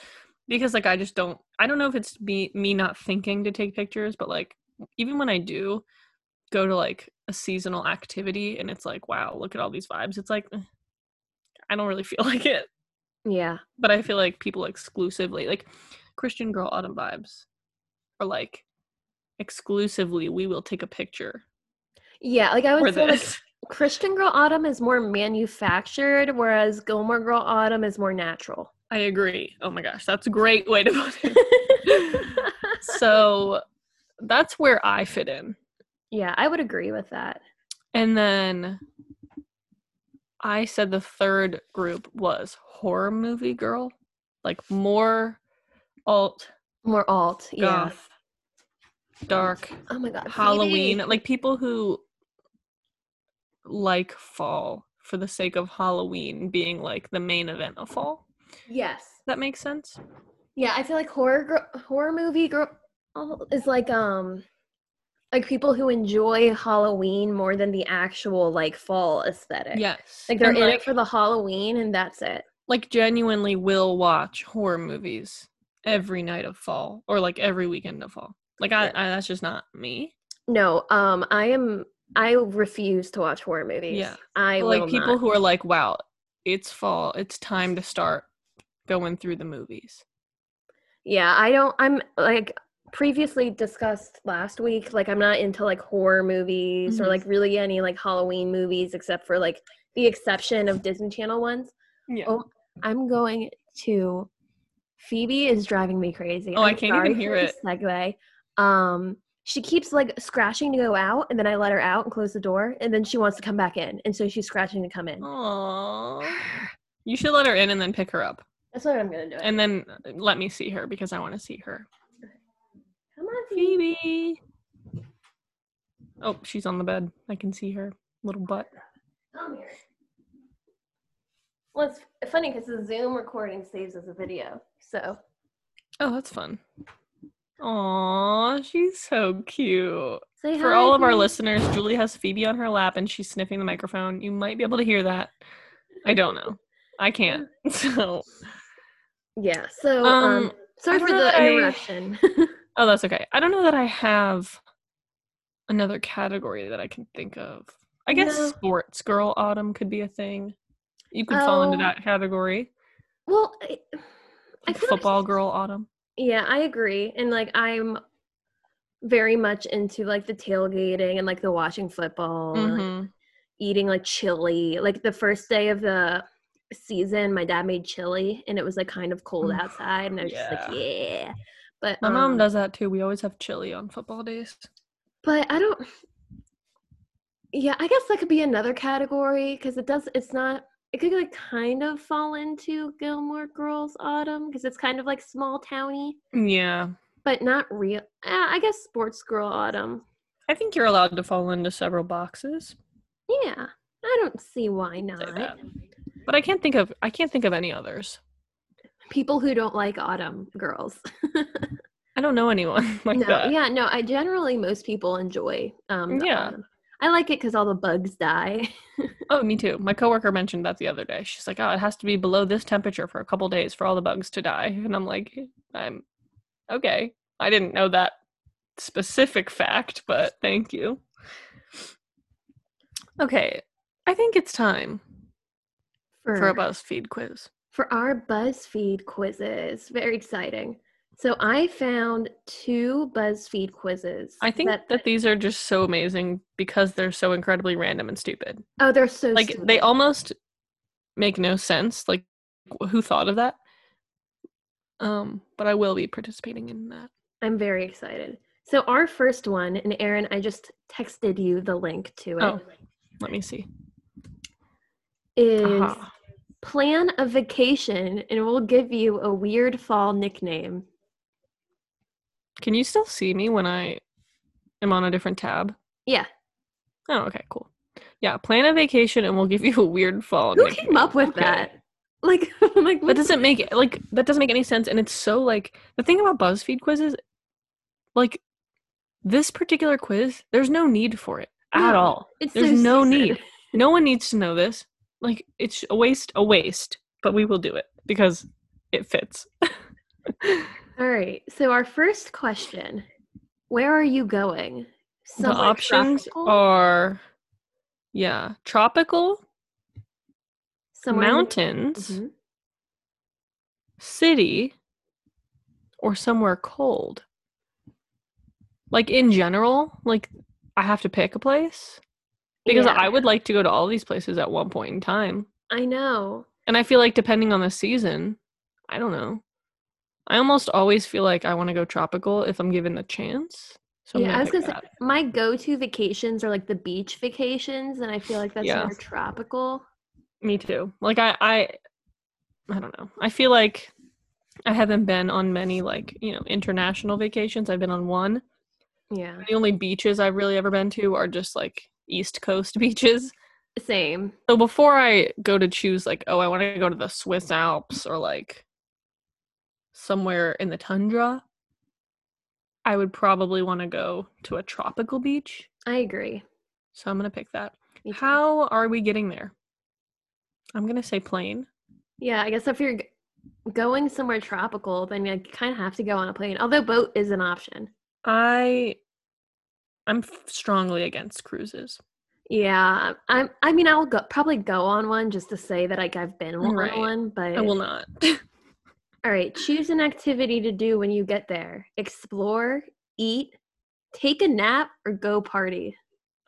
Speaker 2: because like I just don't I don't know if it's me me not thinking to take pictures, but like even when I do go to like a seasonal activity and it's like wow, look at all these vibes. It's like [SIGHS] eh, I don't really feel [LAUGHS] like it,
Speaker 1: yeah
Speaker 2: but I feel like people exclusively like Christian girl autumn vibes are like exclusively we will take a picture
Speaker 1: yeah like i
Speaker 2: for
Speaker 1: would say like
Speaker 2: this. [LAUGHS]
Speaker 1: Christian Girl Autumn is more manufactured, whereas Gilmore Girl Autumn is more
Speaker 2: [LAUGHS]
Speaker 1: natural. [LAUGHS]
Speaker 2: I agree. Oh my gosh, that's a great way to put it. so that's where I fit in.
Speaker 1: yeah, I would agree with that.
Speaker 2: And then I said the third group was horror movie girl, like more alt,
Speaker 1: More alt, yeah.
Speaker 2: goth, dark,
Speaker 1: Oh my god, Phoebe.
Speaker 2: Halloween, like people who like fall for the sake of Halloween being like the main event of fall.
Speaker 1: Yes,
Speaker 2: That makes sense.
Speaker 1: yeah. I feel like horror gr- horror movie girl is like um like people who enjoy Halloween more than the actual like fall aesthetic.
Speaker 2: Yes.
Speaker 1: like they're
Speaker 2: And,
Speaker 1: in
Speaker 2: like,
Speaker 1: it for the Halloween and that's it.
Speaker 2: like genuinely will watch horror movies every night of fall or like every weekend of fall. Like I, I that's just not me.
Speaker 1: No, um, I am. I refuse to watch horror movies.
Speaker 2: Yeah.
Speaker 1: I
Speaker 2: But,
Speaker 1: will
Speaker 2: like
Speaker 1: not.
Speaker 2: people who are like, wow, it's fall. It's time to start going through the movies.
Speaker 1: Yeah, I don't. I'm like previously discussed last week. Like, I'm not into like horror movies or
Speaker 2: Mhm.
Speaker 1: like really any like Halloween movies, except for like the exception of Disney Channel ones.
Speaker 2: Yeah.
Speaker 1: Oh, I'm going to. Phoebe is driving me crazy.
Speaker 2: Oh, I
Speaker 1: I'm
Speaker 2: can't even
Speaker 1: sorry for
Speaker 2: hear
Speaker 1: the
Speaker 2: it.
Speaker 1: Segue. Um, she keeps like scratching to go out, and then I let her out and close the door, and then she wants to come back in, and so she's scratching to come in.
Speaker 2: Oh. Aww. You should let her in and then pick her up.
Speaker 1: That's what I'm gonna do.
Speaker 2: And then let me see her because I want to see her.
Speaker 1: come on, Phoebe.
Speaker 2: Phoebe. Oh, she's on the bed. I can see her little butt.
Speaker 1: Come here. Well, it's funny because the Zoom recording saves as a video. So
Speaker 2: Oh, that's fun. Aw, she's so cute.
Speaker 1: say
Speaker 2: For
Speaker 1: hi,
Speaker 2: all of our
Speaker 1: Phoebe.
Speaker 2: listeners, Julie has Phoebe on her lap and she's sniffing the microphone. You might be able to hear that. I don't know. I can't. [LAUGHS] So,
Speaker 1: Yeah. So um,
Speaker 2: Um,
Speaker 1: sorry
Speaker 2: I don't
Speaker 1: for
Speaker 2: know
Speaker 1: the
Speaker 2: that I- [LAUGHS]
Speaker 1: interruption.
Speaker 2: oh, that's okay. I don't know that I have another category that I can think of. I guess
Speaker 1: No.
Speaker 2: sports girl autumn could be a thing. You could fall into
Speaker 1: Oh.
Speaker 2: that category.
Speaker 1: well, I, I feel like-
Speaker 2: Football girl autumn.
Speaker 1: Yeah, I agree. And like I'm very much into like the tailgating and like the watching football, and, like,
Speaker 2: Mhm.
Speaker 1: eating like chili. Like the first day of the season, my dad made chili and it was like kind of cold
Speaker 2: Oof,
Speaker 1: outside, and I was just like, yeah. But
Speaker 2: Mm. My mom
Speaker 1: um,
Speaker 2: does that too. We always have chili on football days.
Speaker 1: But I don't. Yeah, I guess that could be another category because it does. It's not. It could like kind of fall into Gilmore Girls Autumn because it's kind of like small towny,
Speaker 2: Yeah.
Speaker 1: but not real. Uh, I guess Sports Girl Autumn.
Speaker 2: I think you're allowed to fall into several boxes.
Speaker 1: Yeah, I don't see why
Speaker 2: Say
Speaker 1: not.
Speaker 2: that. But I can't think of I can't think of any others.
Speaker 1: People who don't like autumn girls.
Speaker 2: I don't know anyone [LAUGHS] like
Speaker 1: no,
Speaker 2: that.
Speaker 1: yeah, no. I generally most people enjoy. Um, the
Speaker 2: Yeah.
Speaker 1: autumn. I like it because all the bugs die. [LAUGHS]
Speaker 2: Oh, me too. My coworker mentioned that the other day. She's like, "Oh, it has to be below this temperature for a couple days for all the bugs to die." And I'm like, "I'm okay. I didn't know that specific fact, but thank you." Okay, I think it's time for a BuzzFeed quiz.
Speaker 1: for our BuzzFeed quizzes. Very exciting. So I found two BuzzFeed quizzes.
Speaker 2: I think that,
Speaker 1: that,
Speaker 2: these are just so amazing because they're so incredibly random and stupid.
Speaker 1: oh, they're so
Speaker 2: Like
Speaker 1: stupid.
Speaker 2: they almost make no sense. Like wh- who thought of that? Um, but I will be participating in that.
Speaker 1: I'm very excited. So our first one, and Aaron, I just texted you the link to it.
Speaker 2: Oh. Let me see.
Speaker 1: Is
Speaker 2: Aha.
Speaker 1: plan a vacation, and we'll give you a weird fall nickname.
Speaker 2: Can you still see me when I am on a different tab?
Speaker 1: Yeah.
Speaker 2: Oh, okay, cool. Yeah, plan a vacation and we'll give you a weird fall.
Speaker 1: Who
Speaker 2: nickname.
Speaker 1: came up with
Speaker 2: Okay.
Speaker 1: that? Like, [LAUGHS] I'm like
Speaker 2: That
Speaker 1: what
Speaker 2: doesn't make like that doesn't make any sense and it's so like the thing about BuzzFeed quizzes like this particular quiz, there's no need for it at
Speaker 1: No.
Speaker 2: all.
Speaker 1: It's
Speaker 2: There's no
Speaker 1: stupid.
Speaker 2: need. No one needs to know this. Like it's a waste, a waste, but we will do it because it fits.
Speaker 1: All right. So our first question: Where are you going?
Speaker 2: the
Speaker 1: Somewhere
Speaker 2: options
Speaker 1: tropical?
Speaker 2: are yeah tropical
Speaker 1: Somewhere in the-
Speaker 2: mountains
Speaker 1: Mhm.
Speaker 2: city or somewhere cold like in general like i have to pick a place because
Speaker 1: Yeah.
Speaker 2: i would like to go to all these places at one point in time
Speaker 1: I know.
Speaker 2: and i feel like depending on the season i don't know i almost always feel like i want to go tropical if i'm given the chance so I'm
Speaker 1: yeah,
Speaker 2: gonna
Speaker 1: I was
Speaker 2: pick
Speaker 1: gonna say
Speaker 2: that.
Speaker 1: my go-to vacations are like the beach vacations, and I feel like that's
Speaker 2: Yeah.
Speaker 1: more tropical.
Speaker 2: Me too. Like I, I, I don't know. I feel like I haven't been on many like you know international vacations. I've been on one.
Speaker 1: Yeah,
Speaker 2: The only beaches I've really ever been to are just like East Coast [LAUGHS] beaches.
Speaker 1: same.
Speaker 2: So before I go to choose like oh I want to go to the Swiss Alps or like somewhere in the tundra, I would probably want to go to a tropical beach.
Speaker 1: I agree.
Speaker 2: So I'm gonna pick that.
Speaker 1: Me too.
Speaker 2: How are we getting there? I'm gonna say plane.
Speaker 1: Yeah, I guess if you're g- going somewhere tropical, then you kind of have to go on a plane. Although boat is an option.
Speaker 2: I I'm f- strongly against cruises.
Speaker 1: Yeah, I'm. I mean, I'll go, probably go on one just to say that like I've been on
Speaker 2: Right.
Speaker 1: one. But
Speaker 2: I will not. [LAUGHS]
Speaker 1: all right, choose an activity to do when you get there: explore, eat, take a nap, or go party.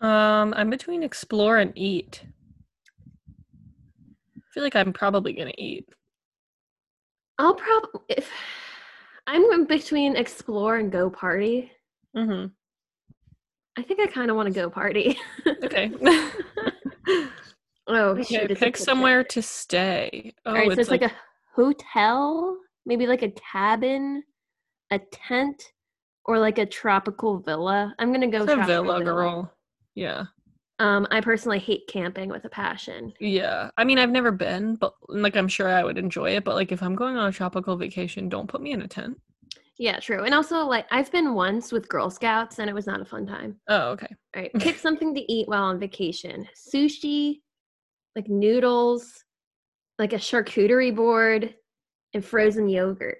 Speaker 2: um, I'm between explore and eat. I feel like I'm probably gonna eat.
Speaker 1: I'll probably if I'm in between explore and go party.
Speaker 2: Mm-hmm.
Speaker 1: I think I kind of want to go party. [LAUGHS]
Speaker 2: [LAUGHS] Okay.
Speaker 1: oh,
Speaker 2: okay.
Speaker 1: shoot, it's a
Speaker 2: Pick
Speaker 1: picture.
Speaker 2: somewhere to stay. Oh,
Speaker 1: All right,
Speaker 2: it's,
Speaker 1: so it's
Speaker 2: like,
Speaker 1: like, a hotel, maybe like a cabin, a tent, or like a tropical villa. I'm gonna go
Speaker 2: it's a
Speaker 1: tropical
Speaker 2: villa, girl. Yeah.
Speaker 1: Um, I personally hate camping with a passion.
Speaker 2: Yeah. I mean, I've never been, but like, I'm sure I would enjoy it. But like, if I'm going on a tropical vacation, don't put me in a tent.
Speaker 1: Yeah, true. And also, like, I've been once with Girl Scouts, and it was not a fun time.
Speaker 2: Oh, okay.
Speaker 1: All
Speaker 2: [LAUGHS]
Speaker 1: right, pick something to eat while on vacation. Sushi, like noodles, like a charcuterie board and frozen yogurt.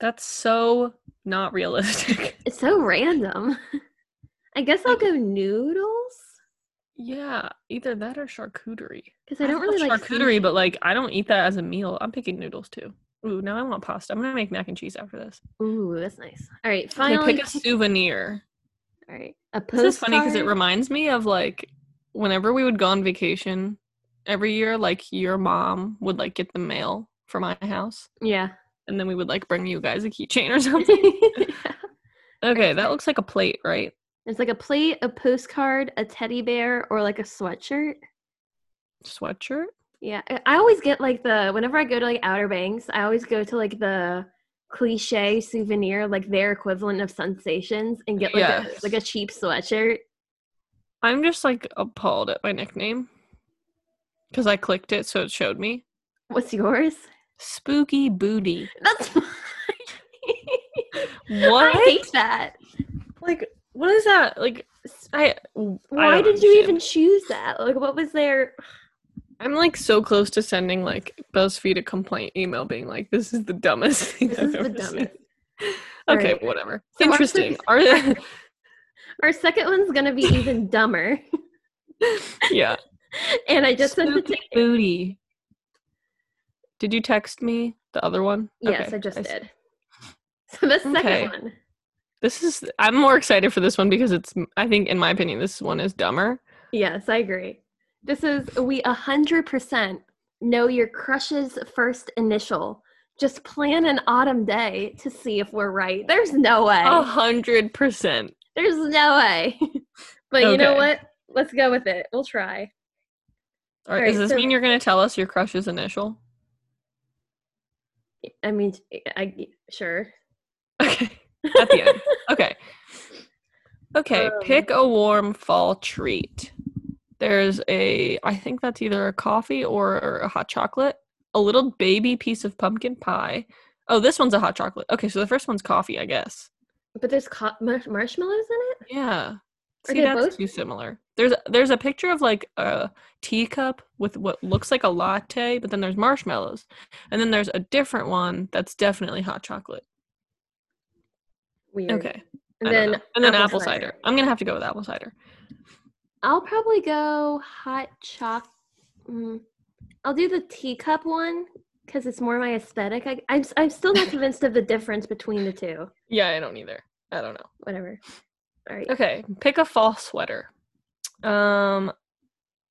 Speaker 2: That's so not realistic. [LAUGHS]
Speaker 1: It's so random. [LAUGHS] I guess I'll go noodles
Speaker 2: yeah, either that or charcuterie.
Speaker 1: because I don't really
Speaker 2: love
Speaker 1: like
Speaker 2: charcuterie, but like I don't eat that as a meal. I'm picking noodles too. Ooh, now I want pasta. I'm gonna make mac and cheese after this.
Speaker 1: sushi. Ooh, that's nice. All right,
Speaker 2: I'm gonna
Speaker 1: finally.
Speaker 2: pick a souvenir.
Speaker 1: all right, a
Speaker 2: This
Speaker 1: postcard.
Speaker 2: is funny because it reminds me of like whenever we would go on vacation every year, like your mom would like get the mail for my house,
Speaker 1: yeah.
Speaker 2: [LAUGHS]
Speaker 1: [LAUGHS]
Speaker 2: and then we would like bring you guys a keychain or [LAUGHS] something.
Speaker 1: it's
Speaker 2: Okay, that looks like a plate, right?
Speaker 1: like a plate, a postcard, a teddy bear, or like a sweatshirt.
Speaker 2: Sweatshirt.
Speaker 1: Yeah, I- I always get like the whenever I go to like Outer Banks, I always go to like the cliche souvenir, like their equivalent of Sensations, and get like a,
Speaker 2: Yes.
Speaker 1: like a cheap sweatshirt.
Speaker 2: I'm just like appalled at my nickname because I clicked it, so it showed me
Speaker 1: What's yours?
Speaker 2: spooky booty.
Speaker 1: That's [LAUGHS] mine.
Speaker 2: What?
Speaker 1: I hate that.
Speaker 2: Like, what is that? Like, I.
Speaker 1: Why
Speaker 2: don't
Speaker 1: did you
Speaker 2: understand.
Speaker 1: even choose that? Like, what was their?
Speaker 2: I'm like so close to sending like BuzzFeed a complaint email, being like, "This is the dumbest [LAUGHS]
Speaker 1: [LAUGHS]
Speaker 2: thing
Speaker 1: This
Speaker 2: I've
Speaker 1: [LAUGHS] is the
Speaker 2: ever seen."
Speaker 1: dumbest.
Speaker 2: Okay,
Speaker 1: Alright.
Speaker 2: whatever.
Speaker 1: So our first-
Speaker 2: Interesting.
Speaker 1: [LAUGHS]
Speaker 2: Are they-
Speaker 1: Our second one's gonna be even dumber, [LAUGHS]
Speaker 2: yeah.
Speaker 1: and I just sent it to.
Speaker 2: Spooky booty. Did you text me the other one?
Speaker 1: Yes,
Speaker 2: Okay,
Speaker 1: I just
Speaker 2: s-
Speaker 1: did. So the second
Speaker 2: Okay.
Speaker 1: one.
Speaker 2: This is. I'm more excited for this one because it's. I think, in my opinion, this one is dumber.
Speaker 1: Yes, I agree. This is we a hundred percent know your crush's first initial. Just plan an autumn day to see if we're right. There's no way.
Speaker 2: A hundred percent.
Speaker 1: There's no way. [LAUGHS] but you know
Speaker 2: Okay.
Speaker 1: what? Let's go with it. We'll try.
Speaker 2: All right.
Speaker 1: Alright,
Speaker 2: Does this
Speaker 1: so-
Speaker 2: mean you're gonna tell us your crush's initial?
Speaker 1: I mean, I sure.
Speaker 2: [LAUGHS] Okay. At the end. Okay. Okay.
Speaker 1: Um,
Speaker 2: pick a warm fall treat. There's a, I think that's either a coffee or a hot chocolate, a little baby piece of pumpkin pie. Oh, this one's a hot chocolate. Okay. So the first one's coffee, I guess.
Speaker 1: But there's co- mar- marshmallows in it.
Speaker 2: Yeah.
Speaker 1: Are
Speaker 2: See,
Speaker 1: they
Speaker 2: that's
Speaker 1: both-
Speaker 2: too similar. There's there's a picture of like a teacup with what looks like a latte, but then there's marshmallows, and then there's a different one that's definitely hot chocolate.
Speaker 1: Weird.
Speaker 2: Okay,
Speaker 1: And
Speaker 2: I don't
Speaker 1: then
Speaker 2: know. and then apple cider. I'm gonna have to go with apple cider.
Speaker 1: I'll probably go hot choc. Mm. I'll do the teacup one because it's more my aesthetic. I, I'm s- I'm still
Speaker 2: [LAUGHS]
Speaker 1: not convinced of the difference between the two.
Speaker 2: Yeah, I don't either. I don't know.
Speaker 1: Whatever. All right.
Speaker 2: Okay, pick a fall sweater. Um,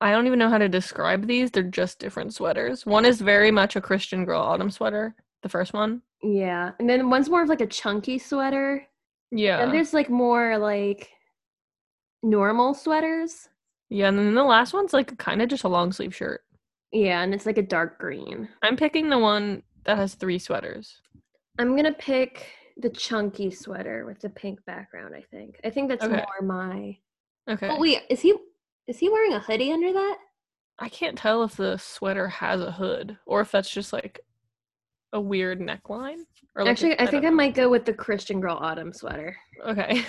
Speaker 2: I don't even know how to describe these. They're just different sweaters. One is very much a Christian girl autumn sweater. The first one.
Speaker 1: Yeah, and then one's more of like a chunky sweater,
Speaker 2: Yeah.
Speaker 1: and there's like more like normal sweaters.
Speaker 2: yeah, and then the last one's like kind of just a long sleeve shirt.
Speaker 1: Yeah, and it's like a dark green.
Speaker 2: I'm picking the one that has three sweaters.
Speaker 1: I'm gonna pick the chunky sweater with the pink background. I think. I think that's
Speaker 2: Okay.
Speaker 1: more my.
Speaker 2: Okay.
Speaker 1: Oh wait, is he is he wearing a hoodie under that?
Speaker 2: I can't tell if the sweater has a hood or if that's just like a weird neckline. Or like a-
Speaker 1: Actually, I
Speaker 2: don't
Speaker 1: think I
Speaker 2: know.
Speaker 1: might go with the Christian Girl Autumn sweater.
Speaker 2: Okay.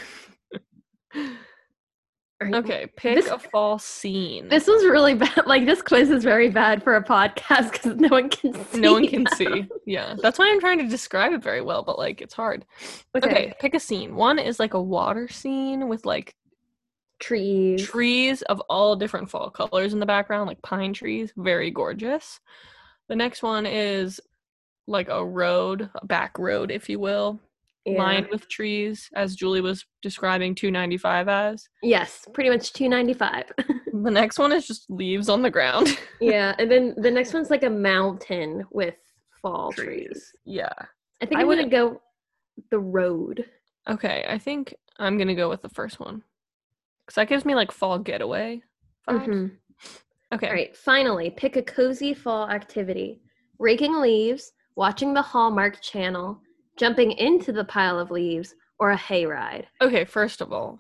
Speaker 2: [LAUGHS]
Speaker 1: Or-
Speaker 2: okay.
Speaker 1: Mm-hmm.
Speaker 2: Pick
Speaker 1: This-
Speaker 2: a fall scene.
Speaker 1: This was really [LAUGHS] bad. Like, this quiz is very bad for a podcast because no one can see.
Speaker 2: no one can
Speaker 1: them.
Speaker 2: see. Yeah. That's why I'm trying to describe it very well, but like it's hard.
Speaker 1: Okay.
Speaker 2: Okay. Pick a scene. One is like a water scene with like
Speaker 1: Trees.
Speaker 2: trees of all different fall colors in the background, like pine trees, very gorgeous. The next one is like a road, a back road, if you will,
Speaker 1: Yeah.
Speaker 2: lined with trees, as Julie was describing
Speaker 1: [LAUGHS]
Speaker 2: 295 as.
Speaker 1: Yes, pretty much [LAUGHS] 295.
Speaker 2: The next one is just leaves on the ground.
Speaker 1: yeah. And then the next one's like a mountain with fall trees.
Speaker 2: [LAUGHS] Yeah.
Speaker 1: I think
Speaker 2: I
Speaker 1: I'm going to
Speaker 2: would-
Speaker 1: go the road.
Speaker 2: Okay. I think I'm going to go with the first one because that gives me like fall getaway vibes.
Speaker 1: Mhm.
Speaker 2: Okay.
Speaker 1: All right. Finally, pick a cozy fall activity raking leaves, watching the Hallmark channel, jumping into the pile of leaves, or a hayride.
Speaker 2: Okay. First of all,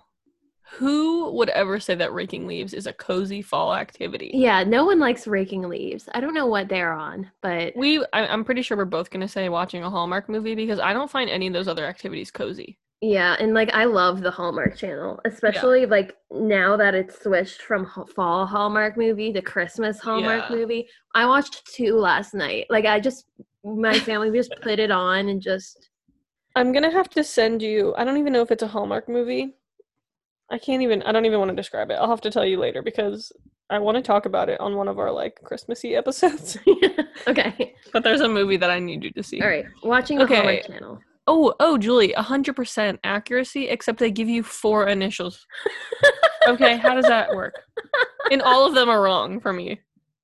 Speaker 2: who would ever say that raking leaves is a cozy fall activity?
Speaker 1: Yeah, no one likes raking leaves. I don't know what they're on, but
Speaker 2: We, I, I'm pretty sure we're both gonna say watching a Hallmark movie because I don't find any of those other activities cozy.
Speaker 1: Yeah, and like I love the Hallmark Channel, especially like now that it's switched from ha- fall Hallmark movie to Christmas Hallmark
Speaker 2: Yeah.
Speaker 1: movie. I watched two last night. Like I just my family
Speaker 2: [LAUGHS]
Speaker 1: just put it on and just [LAUGHS]
Speaker 2: I'm gonna have to send you. I don't even know if it's a Hallmark movie. I can't even. I don't even want to describe it. I'll have to tell you later because I want to talk about it on one of our like Christmassy [LAUGHS] episodes.
Speaker 1: okay.
Speaker 2: but there's a movie that I need you to see.
Speaker 1: All right, watching the
Speaker 2: Okay.
Speaker 1: Hallmark Channel.
Speaker 2: Oh, oh, Julie, hundred percent accuracy. Except they give you four initials. okay, how does that work? And all of them are wrong for me.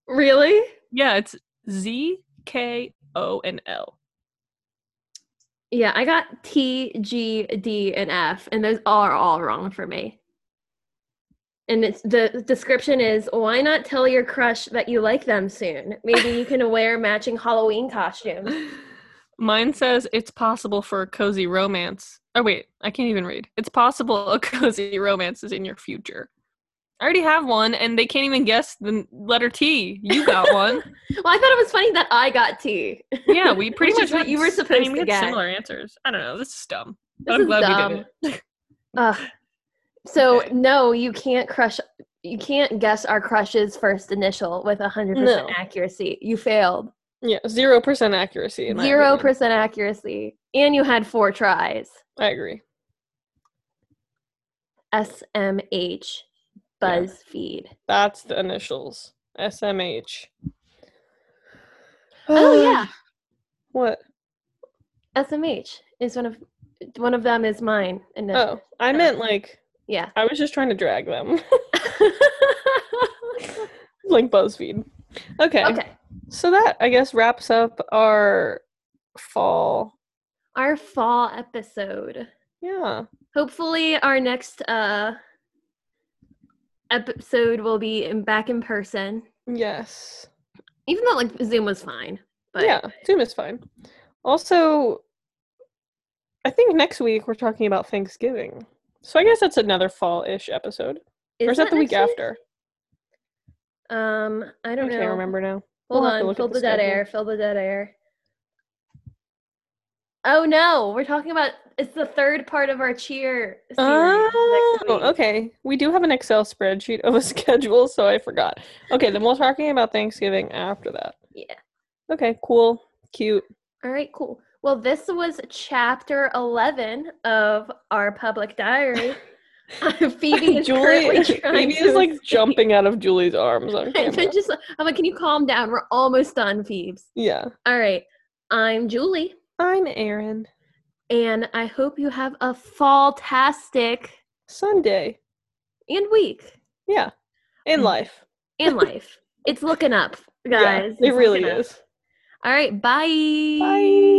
Speaker 1: Really?
Speaker 2: Yeah, it's Z K O and L.
Speaker 1: Yeah, I got T, G, D, and F, and those are all wrong for me. And it's the description is why not tell your crush that you like them soon? Maybe you can wear matching Halloween
Speaker 2: [LAUGHS]
Speaker 1: costumes.
Speaker 2: Mine says it's possible for a cozy romance. Oh wait, I can't even read. It's possible a [LAUGHS] cozy romance is in your future. I already have one, and they can't even guess the n- letter T. You got
Speaker 1: [LAUGHS]
Speaker 2: one.
Speaker 1: Well, I thought it was funny that I got T.
Speaker 2: yeah, we pretty
Speaker 1: Which
Speaker 2: much
Speaker 1: is what
Speaker 2: had
Speaker 1: you were
Speaker 2: s- I
Speaker 1: supposed
Speaker 2: mean,
Speaker 1: to
Speaker 2: we had
Speaker 1: get.
Speaker 2: similar answers. I don't know. This is dumb.
Speaker 1: This
Speaker 2: I'm
Speaker 1: is
Speaker 2: glad
Speaker 1: dumb.
Speaker 2: we did it.
Speaker 1: Ugh. So
Speaker 2: Okay.
Speaker 1: no, you can't crush. You can't guess our crush's first initial with hundred percent
Speaker 2: No.
Speaker 1: accuracy. You failed.
Speaker 2: Yeah, zero percent accuracy. In my
Speaker 1: Zero
Speaker 2: opinion.
Speaker 1: percent accuracy, and you had four tries.
Speaker 2: I agree.
Speaker 1: SMH,
Speaker 2: Yeah.
Speaker 1: BuzzFeed.
Speaker 2: That's the initials. SMH.
Speaker 1: Oh
Speaker 2: Ah,
Speaker 1: yeah,
Speaker 2: What?
Speaker 1: SMH is one of one of them is mine. And then-
Speaker 2: Oh, I meant like
Speaker 1: yeah.
Speaker 2: I was just trying to drag them. [LAUGHS] like BuzzFeed. [LAUGHS] Okay.
Speaker 1: okay.
Speaker 2: So that I guess wraps up our fall.
Speaker 1: Our fall episode.
Speaker 2: Yeah.
Speaker 1: Hopefully, our next uh episode will be in, back in person.
Speaker 2: Yes.
Speaker 1: Even though like Zoom was fine, but
Speaker 2: yeah. Zoom is fine. Also, I think next week we're talking about Thanksgiving. So I guess that's another fall-ish episode. or is that, the week
Speaker 1: next
Speaker 2: after?
Speaker 1: Um, I
Speaker 2: I
Speaker 1: don't know.
Speaker 2: can't remember now.
Speaker 1: Hold
Speaker 2: We'll have to
Speaker 1: on,
Speaker 2: look at
Speaker 1: fill
Speaker 2: the
Speaker 1: the dead
Speaker 2: schedule.
Speaker 1: air. Fill the dead air. Oh no, we're talking about it's the third part of our cheer. series
Speaker 2: Oh,
Speaker 1: next week.
Speaker 2: okay. We do have an Excel spreadsheet of a [LAUGHS] schedule, so I forgot. Okay, then we're talking about Thanksgiving after that.
Speaker 1: Yeah.
Speaker 2: Okay, cool, cute.
Speaker 1: All right, cool. Well, this was chapter eleven of our public
Speaker 2: [LAUGHS]
Speaker 1: diary. Phoebe is
Speaker 2: Julie,
Speaker 1: currently
Speaker 2: [LAUGHS]
Speaker 1: trying
Speaker 2: Phoebe
Speaker 1: to
Speaker 2: is like
Speaker 1: escape.
Speaker 2: jumping out of Julie's arms
Speaker 1: [LAUGHS]
Speaker 2: on
Speaker 1: I'm
Speaker 2: camera.
Speaker 1: just I'm like, can you calm down? We're almost done, Phoebes.
Speaker 2: Yeah.
Speaker 1: All right. I'm Julie,
Speaker 2: I'm Aaron.
Speaker 1: and I hope you have a fall-tastic
Speaker 2: Sunday.
Speaker 1: and week
Speaker 2: Yeah. In
Speaker 1: Mm.
Speaker 2: life.
Speaker 1: and life. it's looking up,
Speaker 2: Yeah,
Speaker 1: guys.
Speaker 2: it
Speaker 1: It's
Speaker 2: really
Speaker 1: looking up.
Speaker 2: is.
Speaker 1: All right. Bye.
Speaker 2: Bye.